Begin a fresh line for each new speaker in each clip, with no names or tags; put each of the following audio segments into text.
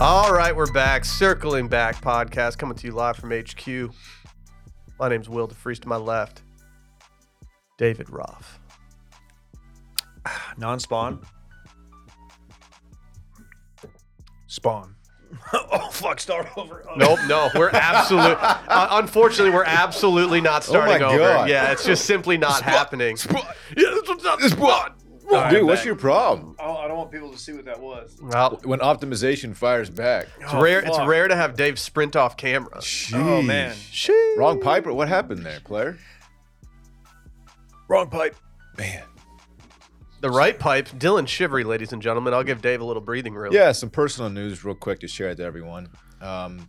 All right, we're back. Circling Back podcast coming to you live from HQ. My name's Will DeFreeze. To my left, David Roth.
Non spawn. Spawn. oh, fuck. Start over. Oh.
Nope, no, we're absolute. uh, unfortunately, we're absolutely not starting
my
over.
God.
Yeah, it's just simply not happening.
Spawn. Yeah, this one's not- spawn.
All
Dude,
right,
what's
back.
your problem?
Oh, I don't want people to see what that was.
Well,
When optimization fires back.
it's rare. It's
fuck.
rare to have Dave sprint off camera.
Oh, man.
Sheesh. Wrong Piper. What happened there, player?
Wrong pipe.
Man.
The right pipe, Dylan Shivery, ladies and gentlemen. I'll give Dave a little breathing room.
Yeah, some personal news real quick to share to everyone. Um,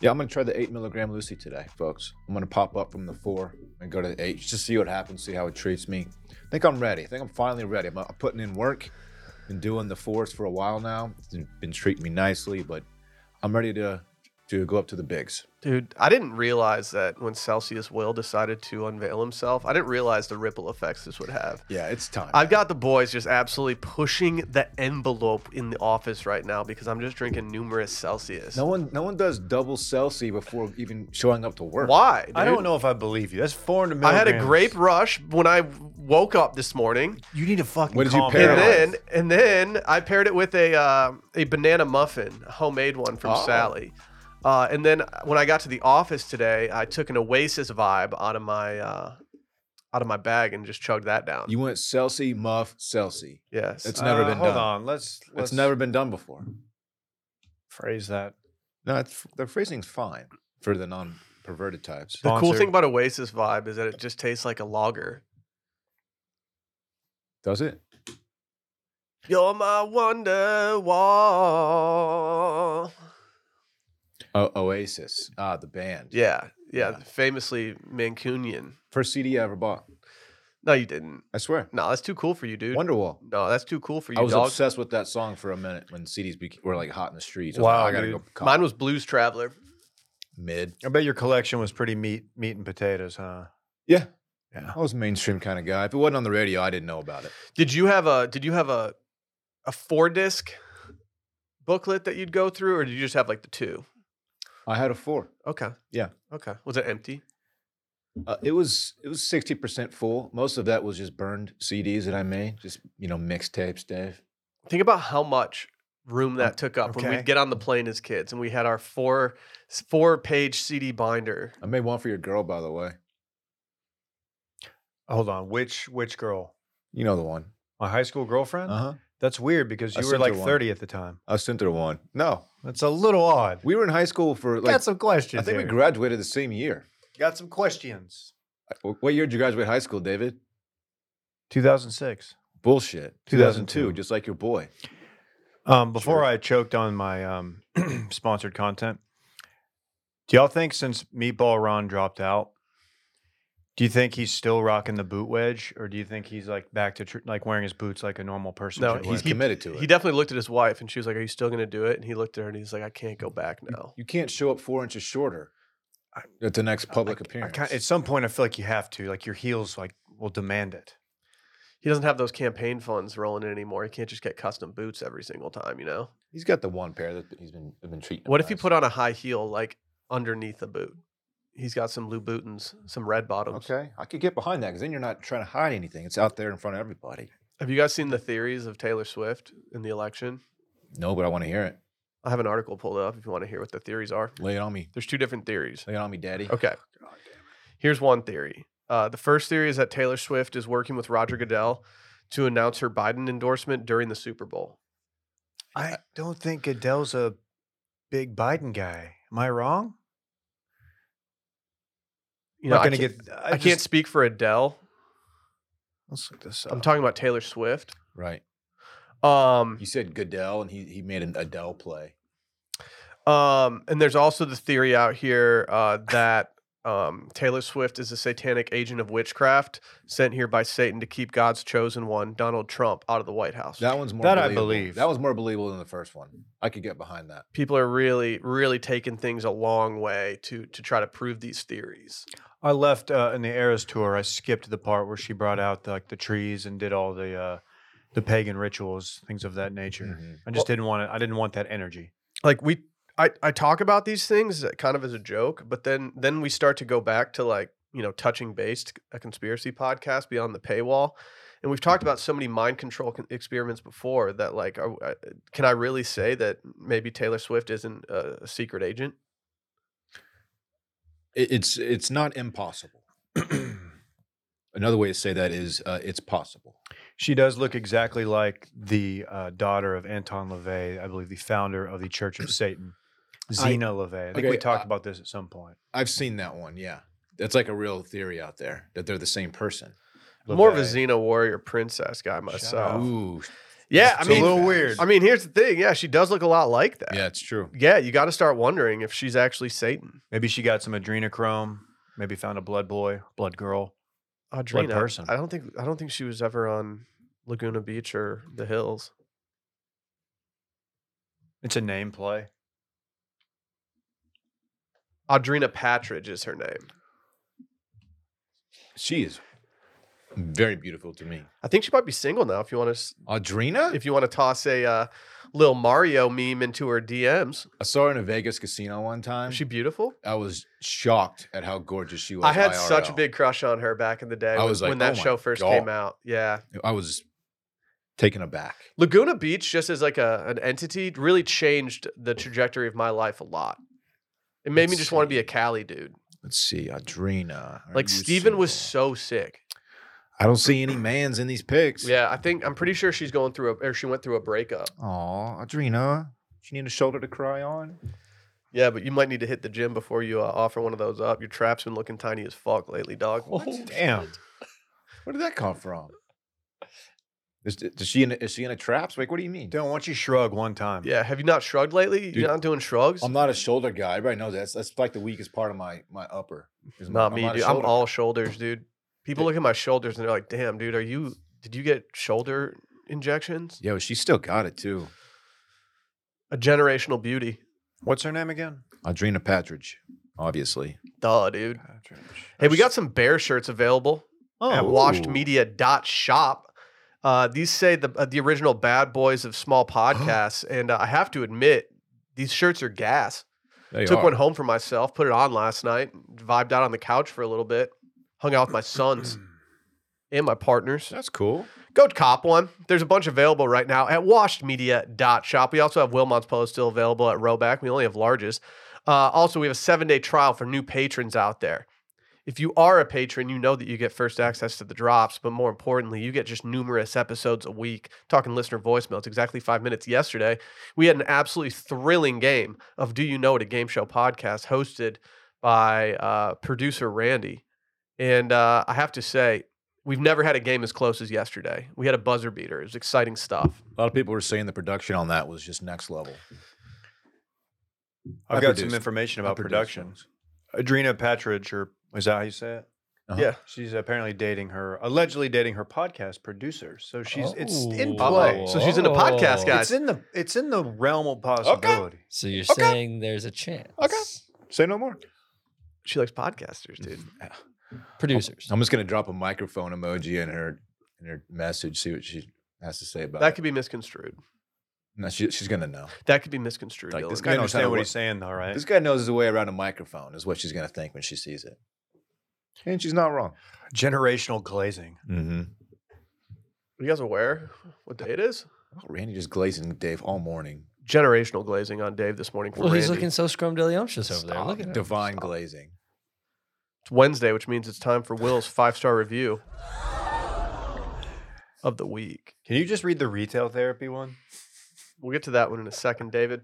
yeah, I'm gonna try the eight milligram Lucy today, folks. I'm gonna pop up from the four and go to the eight just to see what happens, see how it treats me. I think I'm ready. I think I'm finally ready. I'm, I'm putting in work, been doing the fours for a while now. It's been treating me nicely, but I'm ready to to go up to the bigs.
Dude, I didn't realize that when Celsius Will decided to unveil himself, I didn't realize the ripple effects this would have.
Yeah, it's time.
I've got the boys just absolutely pushing the envelope in the office right now because I'm just drinking numerous Celsius.
no one, no one does double Celsius before even showing up to work.
Why?
I
dude?
don't know if I believe you. That's 400
I
milligrams.
had a grape rush when I woke up this morning,
You need to fucking
What did you
calm
pair
down.
and
it
then and then I paired it with a uh, a banana muffin, a homemade one from
Oh.
Sally. Uh, and then when I got to the office today, I took an Oasis vibe out of my uh, out of my bag and just chugged that down.
You went Celsius, muff, Celsius.
yes,
It's never
Uh,
been
hold
done.
on. Let's, let's
It's never been done before.
phrase that.
No, it's, the phrasing's fine for the non-perverted types.
the cool
sponsored.
thing about Oasis vibe is that it just tastes like a lager.
Does it?
You're my wonder wall.
O- Oasis, ah, the band.
Yeah, yeah,
Yeah.
famously Mancunian.
First CD I ever bought.
No, you didn't.
I swear.
No, that's too cool for you, dude.
Wonderwall.
No, that's too cool for you,
I was
dog.
obsessed with that song for a minute when CDs be- were like hot in the streets. I was
Wow,
like, I gotta
dude.
go. cop-
Mine was Blues Traveler.
mid.
I bet your collection was pretty meat, meat and potatoes, huh?
Yeah.
Yeah.
I was a mainstream kind of guy. If it wasn't on the radio, I didn't know about it.
Did you have a did you have a a four disc booklet that you'd go through, or did you just have like the two?
I had a four.
Okay.
Yeah.
Okay. Was it empty?
Uh, it was it was sixty percent full. Most of that was just burned CDs that I made, just you know mixtapes, Dave.
Think about how much room
Um,
that took up when
Okay.
we'd get on the plane as kids and we had our four four page CD binder.
I made one for your girl, by the way.
Hold on. Which which girl?
You know the one.
My high school girlfriend?
Uh
Uh-huh.
huh.
That's weird because
I
Uh-huh. you were
sent
like
her one.
30 at the time.
I sent her one. No,
That's a little odd.
we were in high school for like
got some questions.
I think we
here.
graduated the same year.
got some questions.
Wh- What year did you graduate high school, David?
2006.
Bullshit.
2002.
just like your boy.
Um, before
Sure.
I choked on my um, sponsored content, do y'all think since Meatball Ron dropped out, do you think he's still rocking the boot wedge, or do you think he's like back to tr- like wearing his boots like a normal person?
No,
should
He's
wear?
committed to it.
He definitely looked at his wife and she was like, Are you still gonna do it? And he looked at her and he's like, I can't go back now.
you can't show up four inches shorter
I-
at the next public
I- I
appearance.
kinda- at some point, I feel like you have to. Like your heels, like will demand it.
He doesn't have those campaign funds rolling in anymore. He can't just get custom boots every single time, you know?
he's got the one pair that he's been been treating.
What if you put on a high heel like underneath the boot? He's got some Louboutins, some red bottoms.
Okay, I could get behind that because then you're not trying to hide anything. It's out there in front of everybody.
Have you guys seen the theories of Taylor Swift in the election?
No, but I want to hear it.
I have an article pulled up if you want to hear what the theories are.
Lay it on me.
There's two different theories.
Lay it on me, Daddy.
Okay. Here's one theory. Uh, the first theory is that Taylor Swift is working with Roger Goodell to announce her Biden endorsement during the Super Bowl.
I don't think Goodell's a big Biden guy. Am I wrong?
You know,
not
I
gonna
can't,
get.
I can't speak for Adele.
Let's look this up.
I'm talking about Taylor Swift.
Right.
Um,
You said Goodell, and he he made an Adele play.
Um, and there's also the theory out here uh, that um, Taylor Swift is a satanic agent of witchcraft sent here by Satan to keep God's chosen one, Donald Trump, out of the White House.
That one's more.
That I
believable.
believe.
That was more believable than the first one. I could get behind that.
People are really, really taking things a long way to to try to prove these theories.
I left uh, in the Eras tour. I skipped the part where she brought out like the trees and did all the uh, the pagan rituals, things of that nature.
Mhm.
Mm-hmm.
I just didn't want it. I didn't want that energy.
like we I, I talk about these things uh, kind of as a joke, but then then we start to go back to like, you know, touching base a conspiracy podcast beyond the paywall. And we've talked about so many mind control con- experiments before that like are, uh, can I really say that maybe Taylor Swift isn't a a secret agent?
It, it's it's not impossible. Another way to say that is uh, it's possible.
She does look exactly like the uh, daughter of Anton LaVey, I believe the founder of the Church of Satan, Zena LaVey. I think we
okay,
uh,
talked
I-
about this at some point.
I've seen that one. Yeah, that's like a real theory out there that they're the same person.
More of a
LaVey.
Xena warrior princess guy
up.
myself.
Ooh,
Yeah, I
that's
It's
mean
a little
fast.
weird.
I mean, here's the thing. Yeah, she does look a lot like that.
yeah, it's true.
Yeah, you got to start wondering if she's actually Satan.
Maybe she got some adrenochrome. Maybe found a blood boy, blood girl.
Audrina.
person?
I don't think I don't think she was ever on Laguna Beach or the hills.
It's a name play.
Audrina Patridge is her name.
She is very beautiful to me.
I think she might be single now. If you want to,
Audrina?
if you want to toss a uh, little Mario meme into her DMs,
I saw her in a Vegas casino one time.
is she beautiful?
I was shocked at how gorgeous she was.
I had such a
IRL.
big crush on her back in the day.
I
when-
was like,
when that
"Oh my
show first came
God."
out. Yeah,
I was taken aback.
Laguna Beach, just as like a an entity, really changed the trajectory of my life a lot. It made me
Let's
just want to be
see.
a Cali dude.
Let's see, Audrina. are
Like
you
Steven was
single?
so sick.
I don't see any mans in these pics.
Yeah, I think I'm pretty sure she's going through a or she went through a breakup.
Aw, Audrina. She need a shoulder to cry on.
Yeah, but you might need to hit the gym before you uh, offer one of those up. Your trap's been looking tiny as fuck lately, dog.
Oh, damn.
Where did that come from? Is, is she in? A, is she in a traps? Like, what do you mean?
Don't want you shrug one time.
Yeah, have you not shrugged lately?
Dude,
You're not doing shrugs?
I'm not a shoulder guy. Everybody knows that. That's, that's like the weakest part of my my upper. is my-
not
I'm
me,
a
dude. I'm
shoulder
all shoulders, dude. People look at my shoulders and they're like, "Damn, dude, are you? Did you get shoulder injections?
Yo, she still got it too.
A generational beauty,
What's her name again?
Audrina Patridge, obviously.
duh, dude." Hey, we got some bear shirts available
Oh.
at washedmedia.shop. Uh, these say the uh, the original bad boys of small podcasts, and uh, I have to admit, these shirts are gas.
They
Took
are.
one home for myself, put it on last night, vibed out on the couch for a little bit, hung out with my sons and my partners.
That's cool.
Go cop one. There's a bunch available right now at washedmedia.shop. We also have Wilmot's Polo still available at Roback. We only have larges. Uh, also, we have a seven day trial for new patrons out there. If you are a patron, you know that you get first access to the drops, but more importantly, you get just numerous episodes a week. Talking listener voicemail, it's exactly five minutes yesterday. We had an absolutely thrilling game of Do You Know It, a game show podcast hosted by uh, producer Randy. And uh, I have to say, we've never had a game as close as yesterday. We had a buzzer beater. It was exciting stuff.
A lot of people were saying the production on that was just next level.
I've
I
got some
produced-
information
I
about
produced
production.
those.
Adrena Patridge, or is that how you say it?
Uh-huh.
Yeah.
She's apparently dating her, allegedly dating her podcast producer. So she's it's in
Oh.
play.
So she's in a podcast,
Oh.
guys.
It's in the it's in the realm of possibility.
So you're
Okay.
saying there's a chance.
Say no more.
She likes podcasters, dude.
Producers.
I'm just gonna drop a microphone emoji in her in her message. See what she has to say about
That
it.
could be misconstrued.
no, she, she's gonna know.
That could be misconstrued.
Like, this
Dylan.
You
guy knows how
understand
to
what
work-
he's saying, though, right?
This guy knows his way around a microphone. Is what she's gonna think when she sees it. And she's not wrong.
Generational glazing.
Mm-hmm.
Are you guys aware what day it is?
Oh, Randy just glazing Dave all morning.
Generational glazing on Dave this morning for
Well, he's
Randy.
looking so scrumdiddlyumptious over there.
Stop.
Look at him.
divine
Stop.
glazing.
It's Wednesday, which means it's time for Will's five star review of the week.
Can you just read the retail therapy one?
We'll get to that one in a second, David.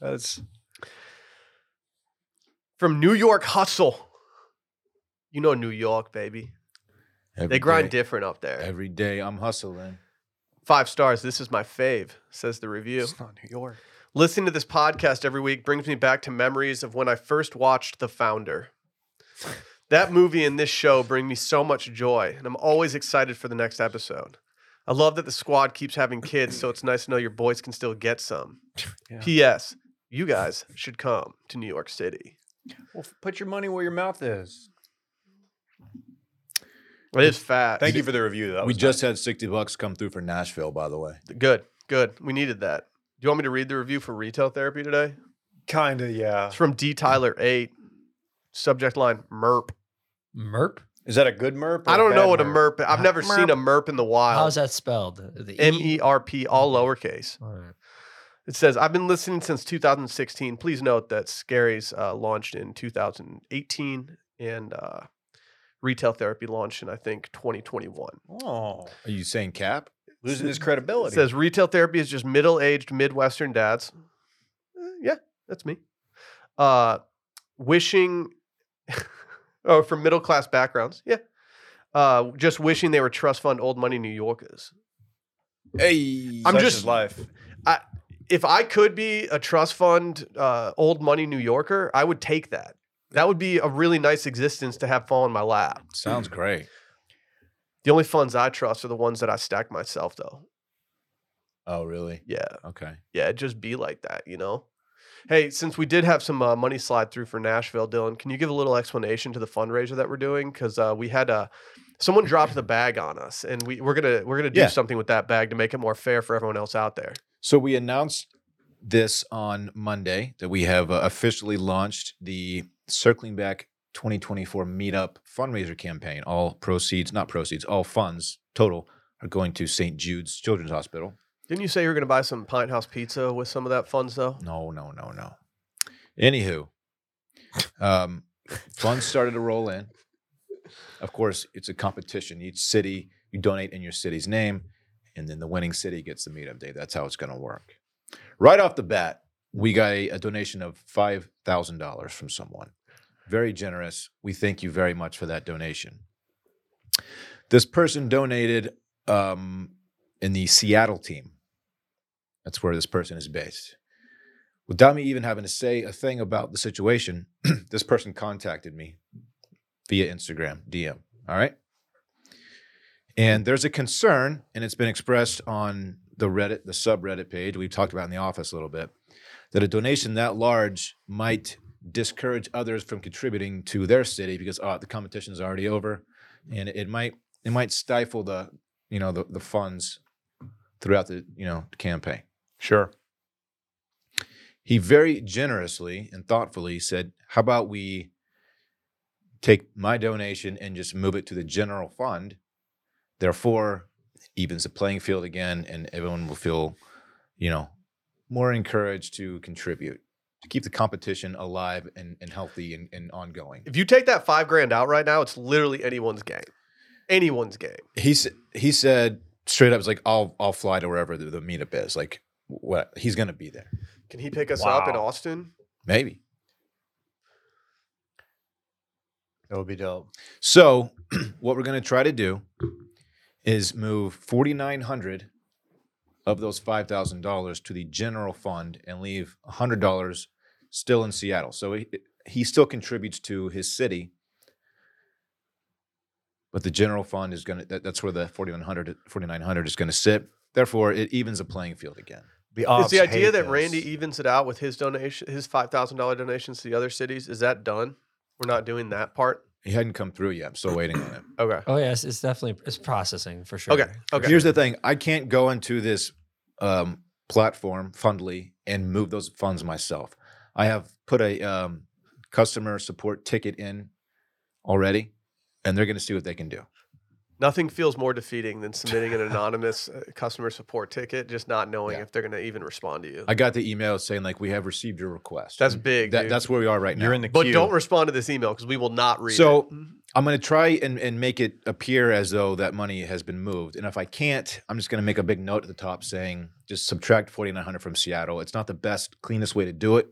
That's
From New York Hustle. You know New York, baby.
Every
They grind
day-
different up there.
every day. I'm hustling.
Five stars. This is my fave, says the review.
it's not New York.
Listening to this podcast every week brings me back to memories of when I first watched The Founder. That movie and this show bring me so much joy, and I'm always excited for the next episode. I love that the squad keeps having kids, so it's nice to know your boys can still get some.
Yeah.
P.S. You guys should come to New York City.
Well, f- put your money where your mouth is.
It is fat.
Thank you for the review, though. That
we
was
just had 60 bucks come through for Nashville, by the way.
Good, good. We needed that. you want me to read the review for Retail Therapy today?
Kinda, yeah.
It's from D. Tyler eight. Subject line: Merp.
Merp?
Is that a good merp? or
I don't
bad
know what a merp. I've
Uh,
never seen a merp in the wild.
How's that spelled? The
M E R P, all lowercase.
All right.
It says, I've been listening since 2016. Please note that Scaries uh, launched in 2018 and uh, Retail Therapy launched in, I think, 2021.
Oh,
Are you saying cap?
losing his
It
credibility.
says, Retail Therapy is just middle aged Midwestern dads. Uh, yeah, that's me. Uh, wishing, oh, from middle class backgrounds. Yeah. Uh, just wishing they were trust fund old money New Yorkers.
Hey,
I'm
Such
just-
is life.
if I could be a trust fund uh, old money New Yorker, I would take that. That would be a really nice existence to have fall in my lap.
sounds great.
The only funds I trust are the ones that I stack myself, though.
Oh, really?
Yeah,
Okay.
yeah, just be like that, you know. Hey, since we did have some uh, money slide through for Nashville, Dylan, can you give a little explanation to the fundraiser that we're doing? Because uh, we had uh, someone dropped the bag on us, and we, we're gonna we're gonna do
Yeah.
something with that bag to make it more fair for everyone else out there.
So we announced this on Monday that we have uh, officially launched the Circling Back 2024 Meetup fundraiser campaign. All proceeds, not proceeds, all funds total are going to St. Jude's Children's Hospital.
Didn't you say you were gonna buy some Pint House pizza with some of that funds, though?
No, no, no, no. Anywho, um, funds started to roll in. Of course, it's a competition. Each city, you donate in your city's name, and then the winning city gets the meetup day. That's how it's going to work. Right off the bat, we got a, a donation of $5,000 from someone. Very generous. We thank you very much for that donation. This person donated um, in the Seattle team. That's where this person is based. Without me even having to say a thing about the situation, this person contacted me via Instagram DM. All right. And there's a concern, and it's been expressed on the Reddit, the subreddit page we've talked about in the office a little bit, that a donation that large might discourage others from contributing to their city because oh, the competition is already over, and it might it might stifle the you know the, the funds throughout the you know campaign.
Sure.
He very generously and thoughtfully said, How about we take my donation and just move it to the general fund? Therefore, evens the playing field again, and everyone will feel, you know, more encouraged to contribute to keep the competition alive and, and healthy and, and ongoing.
If you take that five grand out right now, it's literally anyone's game. Anyone's game.
He s- he said straight up, "It's like I'll I'll fly to wherever the, the meetup is. Like what he's gonna be there,
Can he pick us up in
Wow.
Austin?
maybe."
That would be dope.
So, what we're going to try to do is move 4900 of those $5,000 to the general fund and leave $100 still in Seattle. So he, he still contributes to his city. But the general fund is going to that, that's where the 4100 4900 is going to sit. Therefore, it evens the playing field again.
The
Is the
ops hate
idea that
this.
Randy evens it out with his donation, his five thousand dollar donations to the other cities? Is that done? We're not doing that part.
He hadn't come through yet. I'm still waiting on it.
Okay.
Oh yes, it's definitely it's processing for sure.
Okay. Okay.
Here's the thing: I can't go into this um, platform Fundly and move those funds myself. I have put a um, customer support ticket in already, and they're going to see what they can do.
Nothing feels more defeating than submitting an anonymous uh, customer support ticket, just not knowing
Yeah.
if they're going to even respond to you.
I got the email saying like we have received your request.
that's big.
That-
dude.
that's where we are right now.
You're in the
but
queue.
don't respond to this email because we will not read.
So-
it.
I'm going to try and, and make it appear as though that money has been moved. And if I can't, I'm just going to make a big note at the top saying just subtract 4900 from Seattle. It's not the best, cleanest way to do it,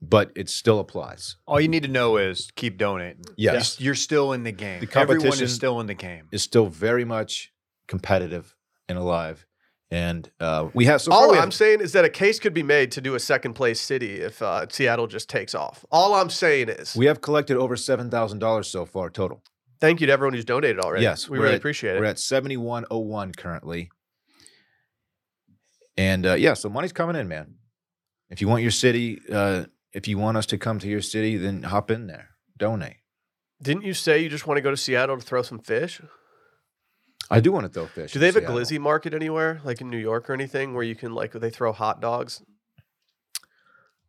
but it still applies.
All you need to know is keep donating.
Yes.
You're s- You're still in the game.
The
Everyone
competition-
is still in the game.
is still very much competitive and alive. And uh, we have so far
All
we
I'm
have-
saying is that a case could be made to do a second place city if uh, Seattle just takes off. All I'm saying is
we have collected over seven thousand dollars so far total.
thank you to everyone who's donated already.
Yes,
we
we're
really
at-
appreciate it.
We're at seventy one oh one currently, and uh, yeah, so money's coming in, man. If you want your city, uh, if you want us to come to your city, then hop in there, donate.
Didn't you say you just want to go to Seattle to throw some fish?
I do want to throw fish.
Do
in
they have a
Seattle.
glizzy market anywhere, like in New York or anything, where you can like they throw hot dogs?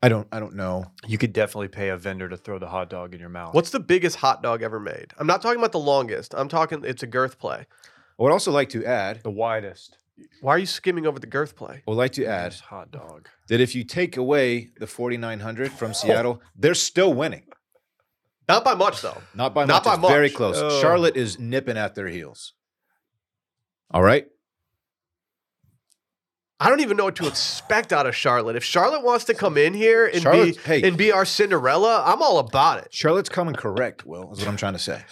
I don't. I don't know.
You could definitely pay a vendor to throw the hot dog in your mouth.
What's the biggest hot dog ever made? I'm not talking about the longest. I'm talking it's a girth play.
I would also like to add.
the widest?
Why are you skimming over the girth play?
I would like to add
Biggest hot dog.
that if you take away the 4900
Oh.
from Seattle, they're still winning.
Not by much though.
Not by
Not
much.
by
it's Very
much.
close.
Oh.
Charlotte is nipping at their heels. All right.
I don't even know what to expect out of Charlotte. If Charlotte wants to come in here and
Charlotte's-
be
hey.
and be our Cinderella, I'm all about it.
Charlotte's coming correct, Will, is what I'm trying to say.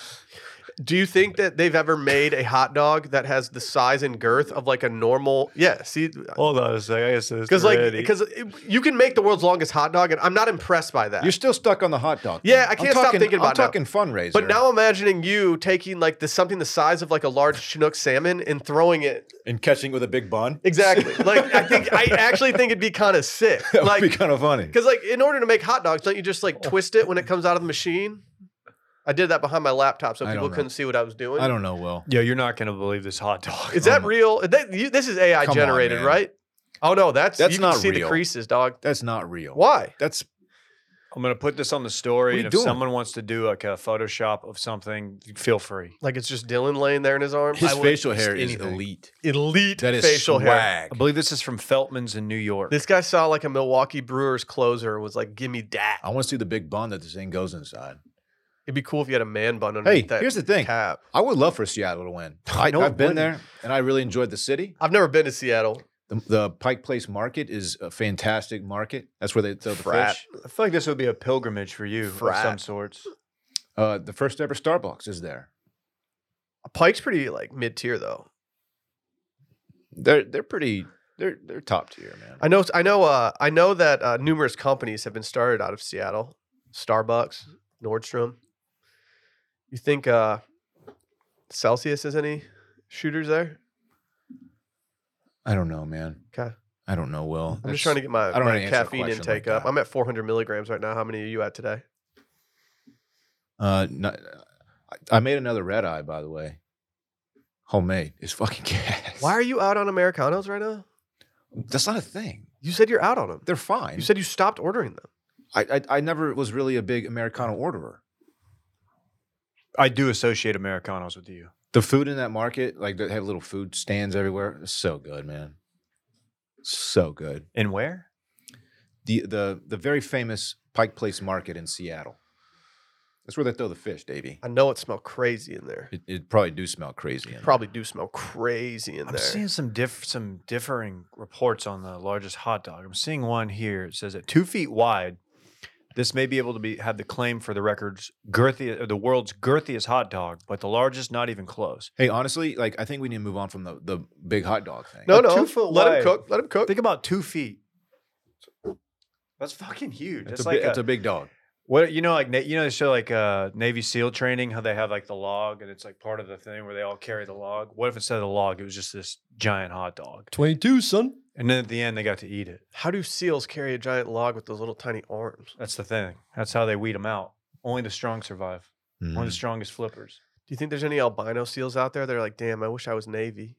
Do you think that they've ever made a hot dog that has the size and girth of like a normal? Yeah, see,
Hold on a second. I guess this
because like because you can make the world's longest hot dog, and I'm not impressed by that.
You're still stuck on the hot dog.
Yeah,
thing.
I
I'm
can't stop
talking-
thinking about it
I'm
now.
talking fundraiser.
but now imagining you taking like this something the size of like a large Chinook salmon and throwing it
and catching with a big bun.
exactly. like I think I actually think it'd be kind of sick.
That would be
Like
kind of funny.
because like in order to make hot dogs, don't you just like twist it when it comes out of the machine? I did that behind my laptop so
I don't
people
know.
couldn't see what I was doing.
I don't know, Will.
yo, you're not gonna believe this hot dog.
Is that
my-
real? That- you- this is AI
Come on,
generated,
man.
right? Oh no, that's
That's
you can
not
see the
real.
creases, dog.
That's not real.
Why?
That's
I'm gonna put this on the
What are
story,
you
and if
doing?
someone wants to do like a Photoshop of something, feel free.
Like it's just Dylan laying there in his arms.
his
I would-
facial hair is
anything.
elite.
elite
That is
facial hair.
swag.
I believe this is from Feltman's in New York.
This guy saw like a Milwaukee Brewers closer and was like, "Give me that."
I want to see the big bun that this thing goes inside.
It'd be cool if you had a man bun underneath
Hey,
that
here's the thing.
cap.
I would love for Seattle to win. I,
No,
I've
it
been there and I really enjoyed the city.
I've never been to Seattle.
The, the Pike Place Market is a fantastic market. That's where they throw the
Frat.
fish.
I feel like this would be a pilgrimage for you of some
Frat.
sorts.
Uh, the first ever Starbucks is there.
Pike's pretty like mid tier though.
They're they're pretty. They're they're top tier, man.
I know. I know. Uh, I know that uh, numerous companies have been started out of Seattle. Starbucks, Nordstrom. You think uh, Celsius has any shooters there?
I don't know, man.
Okay.
I don't know, Will.
I'm just trying to get my,
I don't
my
wanna answer a
caffeine
question
intake
like
up.
that.
I'm at 400 milligrams right now. How many are you at today?
Uh, not, I I made another red eye, by the way. Homemade is fucking gas.
Why are you out on Americanos right now?
That's not a thing.
You said you're out on them.
They're fine.
You said you stopped ordering them.
I, I I never was really a big Americano orderer.
I do associate Americanos with you.
The food in that market, like they have little food stands everywhere. It's so good, man. So good.
And where?
The the the very famous Pike Place Market in Seattle. That's where they throw the fish, Davey.
I know it smelled crazy in there.
It, it probably do smell crazy. In there.
Probably do smell crazy in
I'm
there.
seeing some diff- some differing reports on the largest hot dog. I'm seeing one here. It says at two feet wide, this may be able to be have the claim for the record's girthiest, or the world's girthiest hot dog, but the largest not even close.
Hey, honestly, like I think we need to move on from the the big hot dog thing.
no,
a
no.
two-foot
Let him
wide.
cook. Let him cook.
Think about two feet. That's fucking huge.
it's
That's
a,
like
big, it's
a-
a big dog.
What you know, like na- you know, they show like uh, Navy SEAL training, how they have like the log, and it's like part of the thing where they all carry the log. What if instead of the log, it was just this giant hot dog,
22, son.
and then at the end they got to eat it.
How do seals carry a giant log with those little tiny arms?
That's the thing. That's how they weed them out. Only the strong survive.
Mm-hmm.
One of the strongest flippers.
Do you think there's any albino seals out there that are like, damn, I wish I was Navy?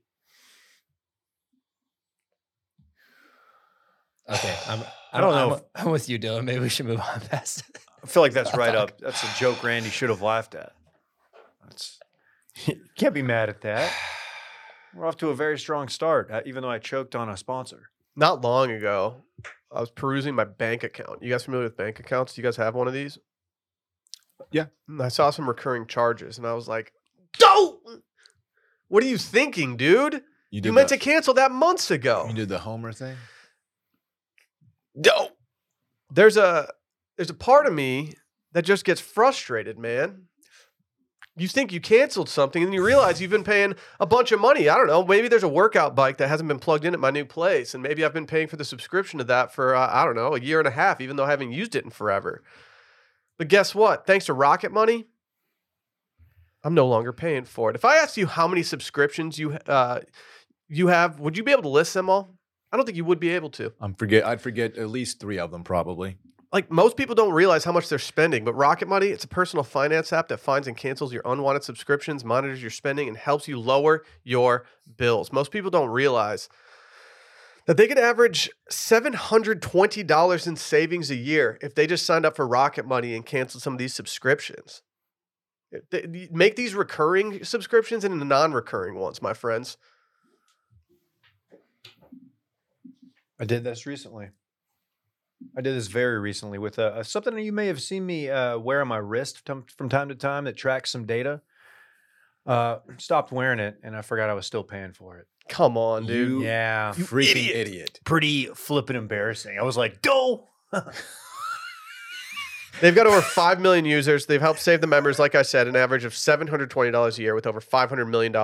Okay, I'm, I'm,
I don't know
I'm, I'm with you, Dylan. Maybe we should move on past. it.
I feel like that's right up. That's a joke Randy should have laughed at. That's you can't be mad at that. We're off to a very strong start, uh, even though I choked on a sponsor.
Not long ago, I was perusing my bank account. You guys familiar with bank accounts? Do you guys have one of these?
Yeah.
And I saw some recurring charges and I was like, don't! What are you thinking, dude? You
did
meant
the,
to cancel that months ago.
you did the Homer thing.
Dope. There's a there's a part of me that just gets frustrated, man. You think you canceled something and you realize you've been paying a bunch of money. I don't know. Maybe there's a workout bike that hasn't been plugged in at my new place, and maybe I've been paying for the subscription to that for uh, I don't know a year and a half, even though I haven't used it in forever. But guess what? Thanks to Rocket Money, I'm no longer paying for it. If I asked you how many subscriptions you uh, you have, would you be able to list them all? I don't think you would be able to.
I'm forget. I'd forget at least three of them probably.
like most people don't realize how much they're spending, but Rocket Money, it's a personal finance app that finds and cancels your unwanted subscriptions, monitors your spending, and helps you lower your bills. Most people don't realize that they could average $720 in savings a year if they just signed up for Rocket Money and canceled some of these subscriptions. It- th- th- Make these recurring subscriptions into non recurring ones, my friends.
I did this recently. I did this very recently with uh, something that you may have seen me uh, wear on my wrist from, from time to time that tracks some data. Uh, stopped wearing it, and I forgot I was still paying for it.
Come on, dude.
You-
yeah,
Freaking
idiot.
idiot.
pretty flippin' embarrassing. I was like, "Go!"
They've got over 5 million users. They've helped save the members, like I said, an average of $720 a year with over $500 million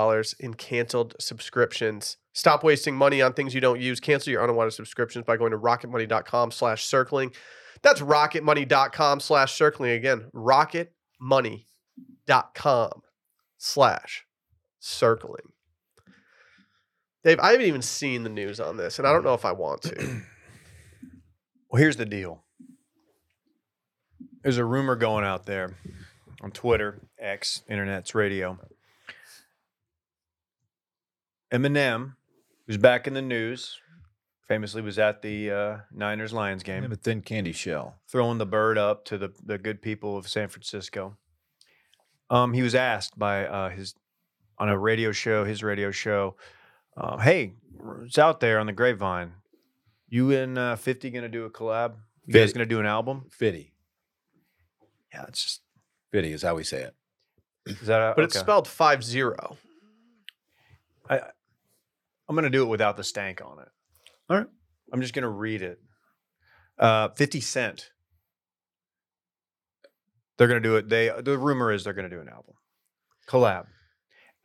in canceled subscriptions. Stop wasting money on things you don't use. Cancel your unwanted subscriptions by going to rocketmoney.com slash circling. That's rocketmoney.com slash circling. Again, rocketmoney.com slash circling. Dave, I haven't even seen the news on this, and I don't know if I want to.
Well, here's the deal. There's a rumor going out there on Twitter, X, Internet's radio. Eminem, who's back in the news, famously was at the uh, Niners Lions game,
a thin candy shell.
throwing the bird up to the, the good people of San Francisco. Um, he was asked by uh, his on a radio show, his radio show, uh, "Hey, it's out there on the grapevine. You and uh, Fifty gonna do a collab? You guys
Fifty.
gonna do an album?
Fitty.
Yeah, it's just
Fitty is how we say it.
is that. uh,
But it's
okay.
spelled 5 0.
I'm gonna do it without the stank on it.
All right.
I'm just gonna read it. Uh, Fifty Cent. They're gonna do it. They the rumor is they're gonna do an album collab,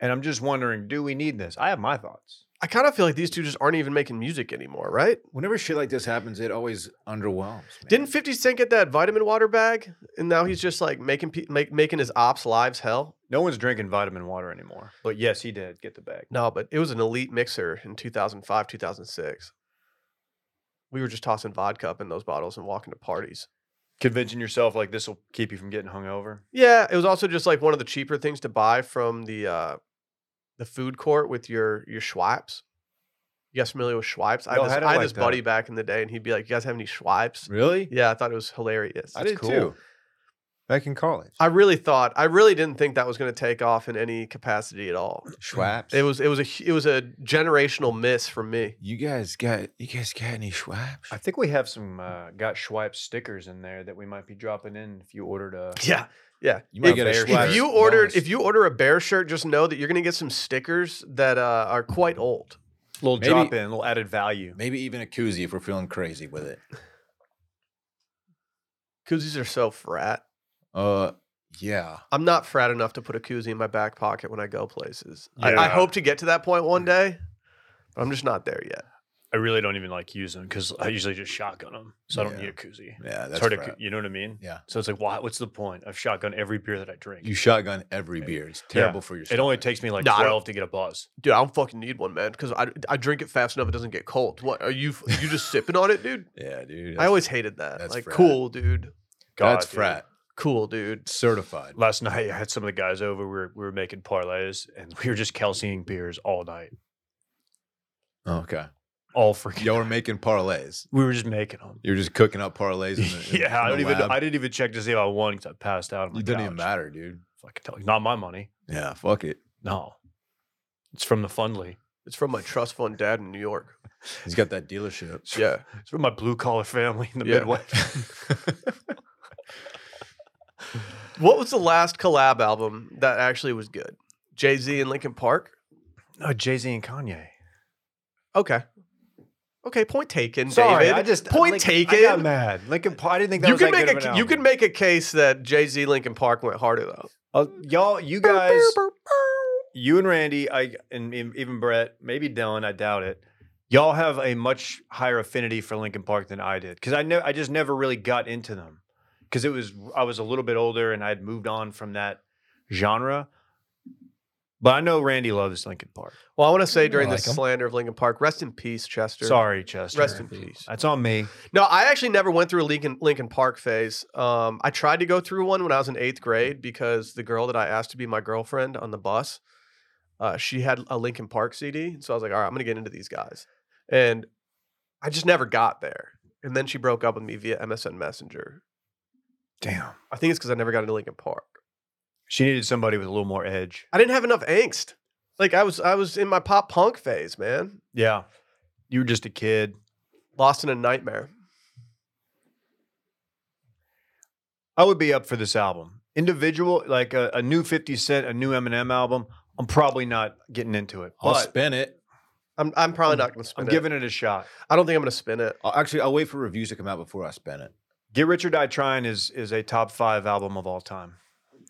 and I'm just wondering, do we need this? I have my thoughts.
I kind of feel like these two just aren't even making music anymore, right?
Whenever shit like this happens, it always underwhelms. man.
Didn't 50 Cent get that vitamin water bag? And now he's just like making pe- make, making his ops lives hell?
No one's drinking vitamin water anymore. But yes, he did get the bag.
No, but it was an elite mixer in 2005, 2006. We were just tossing vodka up in those bottles and walking to parties.
Convincing yourself like this will keep you from getting hungover.
Yeah, it was also just like one of the cheaper things to buy from the uh, the food court with your your Schweppes. You guys familiar with Schweppes? I had
No,
this,
I
I
don't
had
like
this buddy
that.
back in the day, and he'd be like, "You guys have any Schweppes?"
Really?
Yeah, I thought it was hilarious.
I
It's
did too. Back in college.
I really thought I really didn't think that was going to take off in any capacity at all.
Schwabs.
It was it was a hu- it was a generational miss from me.
You guys got you guys got any Schwabs?
I think we have some uh, got Schweppes stickers in there that we might be dropping in if you ordered a.
Yeah. Yeah.
You might
If-
get a
Bear
If
Schweppes
Schwabs
you ordered
bonus.
if you order a bear shirt, just know that you're going to get some stickers that uh, are quite old.
little
Maybe-
drop in, little added value.
maybe even a koozie if we're feeling crazy with it.
Koozies are so frat.
Uh, yeah.
I'm not frat enough to put a koozie in my back pocket when I go places. I, I
Yeah.
hope to get to that point one day, but I'm just not there yet.
I really don't even like using them because I usually just shotgun them, so I don't
Yeah.
need a koozie.
Yeah, that's
it's hard to,
frat.
coo- you know what I mean?
Yeah.
So it's like, why? What's the point of shotgun every beer that I drink?
You shotgun every beer. It's terrible for your
it only
stomach.
takes me like
Nah, I don't-
twelve to get a buzz.
Dude, I don't fucking need one, man, because I, I drink it fast enough it doesn't get cold. What are you f- you just sipping on it, dude?
Yeah, dude.
I
that's-
always hated that.
that's
like,
frat.
cool, dude.
that's
dude.
frat.
Cool, dude.
Certified.
Last night I had some of the guys over. We were, we were making parlays and we were just calcing beers all night,
Okay.
all freaking.
Y'all were making parlays.
we were just making them.
You're just cooking up parlays. In the, in-
yeah, I
in
don't
the
even.
lab.
I didn't even check to see if I won because I passed out. on my
it doesn't even
couch.
matter, dude.
Fucking tell you, not my money.
Yeah, fuck it.
No, it's from the fundly.
It's from my trust fund dad in New York.
He's got that dealership.
Yeah.
It's from my blue collar family in the
Yeah.
Midwest.
What was the last collab album that actually was good? Jay Z and Linkin Park.
no, Jay Z and Kanye.
Okay. Okay. Point taken, David.
I just
point
like,
taken.
I got mad. Lincoln Park. I didn't think that
you
was
can
that
make
good of
a
an
you can
album.
make a case that Jay Z Linkin Park went harder though.
Uh, y'all, you guys, you and Randy, I and e- even Brett, maybe Dylan. I doubt it. Y'all have a much higher affinity for Lincoln Park than I did because I know I just never really got into them because it was I was a little bit older and I had moved on from that genre. But I know Randy loves Lincoln Park.
Well, I want to say during
like
the
'em.
slander of Lincoln Park, rest in peace, Chester.
Sorry, Chester.
Rest in
Chester.
peace.
That's on me.
No, I actually never went through a Lincoln, Lincoln Park phase. Um, I tried to go through one when I was in eighth grade because the girl that I asked to be my girlfriend on the bus, uh, she had a Lincoln Park CD, so I was like, all right, I'm gonna get into these guys, and I just never got there. And then she broke up with me via MSN Messenger.
Damn.
I think it's because I never got into Lincoln Park.
She needed somebody with a little more edge.
I didn't have enough angst. Like I was, I was in my pop punk phase, man.
Yeah. You were just a kid.
Lost in a nightmare.
I would be up for this album. Individual, like a, a new 50 Cent, a new Eminem album. I'm probably not getting into it,
I'll
but
spin it.
I'm, I'm probably not gonna spin
I'm
it.
giving it a shot.
I don't think I'm gonna spin it.
I'll, actually, I'll wait for reviews to come out before I spin it.
Get Rich or Die Trying is is a top five album of all time,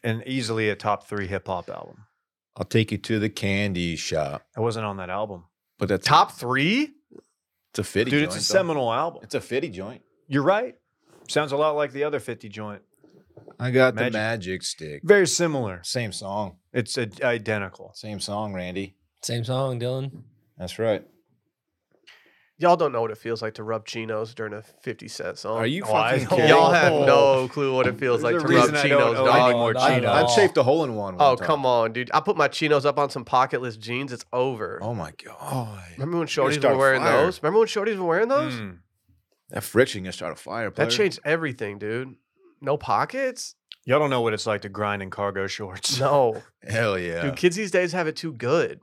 and easily a top three hip hop album.
I'll take you to the candy shop.
I wasn't on that album,
But that's
Top three.
It's a fitty
dude. It's
joint.
a
though.
seminal album.
It's a fitty joint.
You're right. Sounds a lot like the other Fifty joint.
I got
Magic.
the magic stick.
Very similar.
Same song.
It's a, identical.
Same song, Randy.
Same song, Dylan.
That's right.
Y'all don't know what it feels like to rub chinos during a 50 cent song.
Are you
Oh, I
fucking
know.
kidding?
Y'all have
Oh.
no clue what it feels
There's
like
a
to rub
reason I don't
chinos,
own
dog.
any more
Not at
Cheetos.
all.
I've shaped a hole in one. one
Oh,
time.
come on, dude. I put my chinos up on some pocketless jeans. It's over.
Oh my god.
Remember when shorties were
start
wearing
fire.
those? Remember when shorties were wearing those?
Mm.
That friction gonna start a fire.
That
player.
changed everything, dude. No pockets?
Y'all don't know what it's like to grind in cargo shorts.
No.
Hell yeah.
Dude, kids these days have it too good.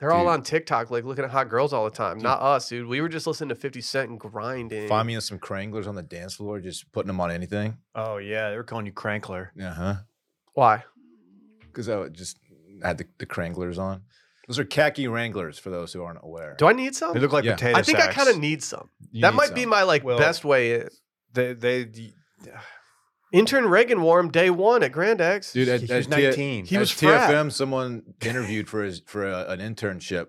They're all
Dude.
on TikTok, like looking at hot girls all the time.
Dude.
Not us, dude. We were just listening to 50 Cent and grinding.
Find me in some cranglers on the dance floor, just putting them on anything.
Oh yeah, they were calling you Crankler.
Uh huh.
Why?
Because I would just had the, the cranglers on. Those are khaki wranglers for those who aren't aware.
Do I need some?
They look like
Yeah.
potato
I think I
sacks.
kind of need some.
You
that
need
might be
some.
my like
Well-
best way in.
They, they, they
Intern Reagan wore him day one at Grand X.
dude. At,
he's
at, T-
19.
He
at
was frat.
TFM. Someone interviewed for his for a, an internship,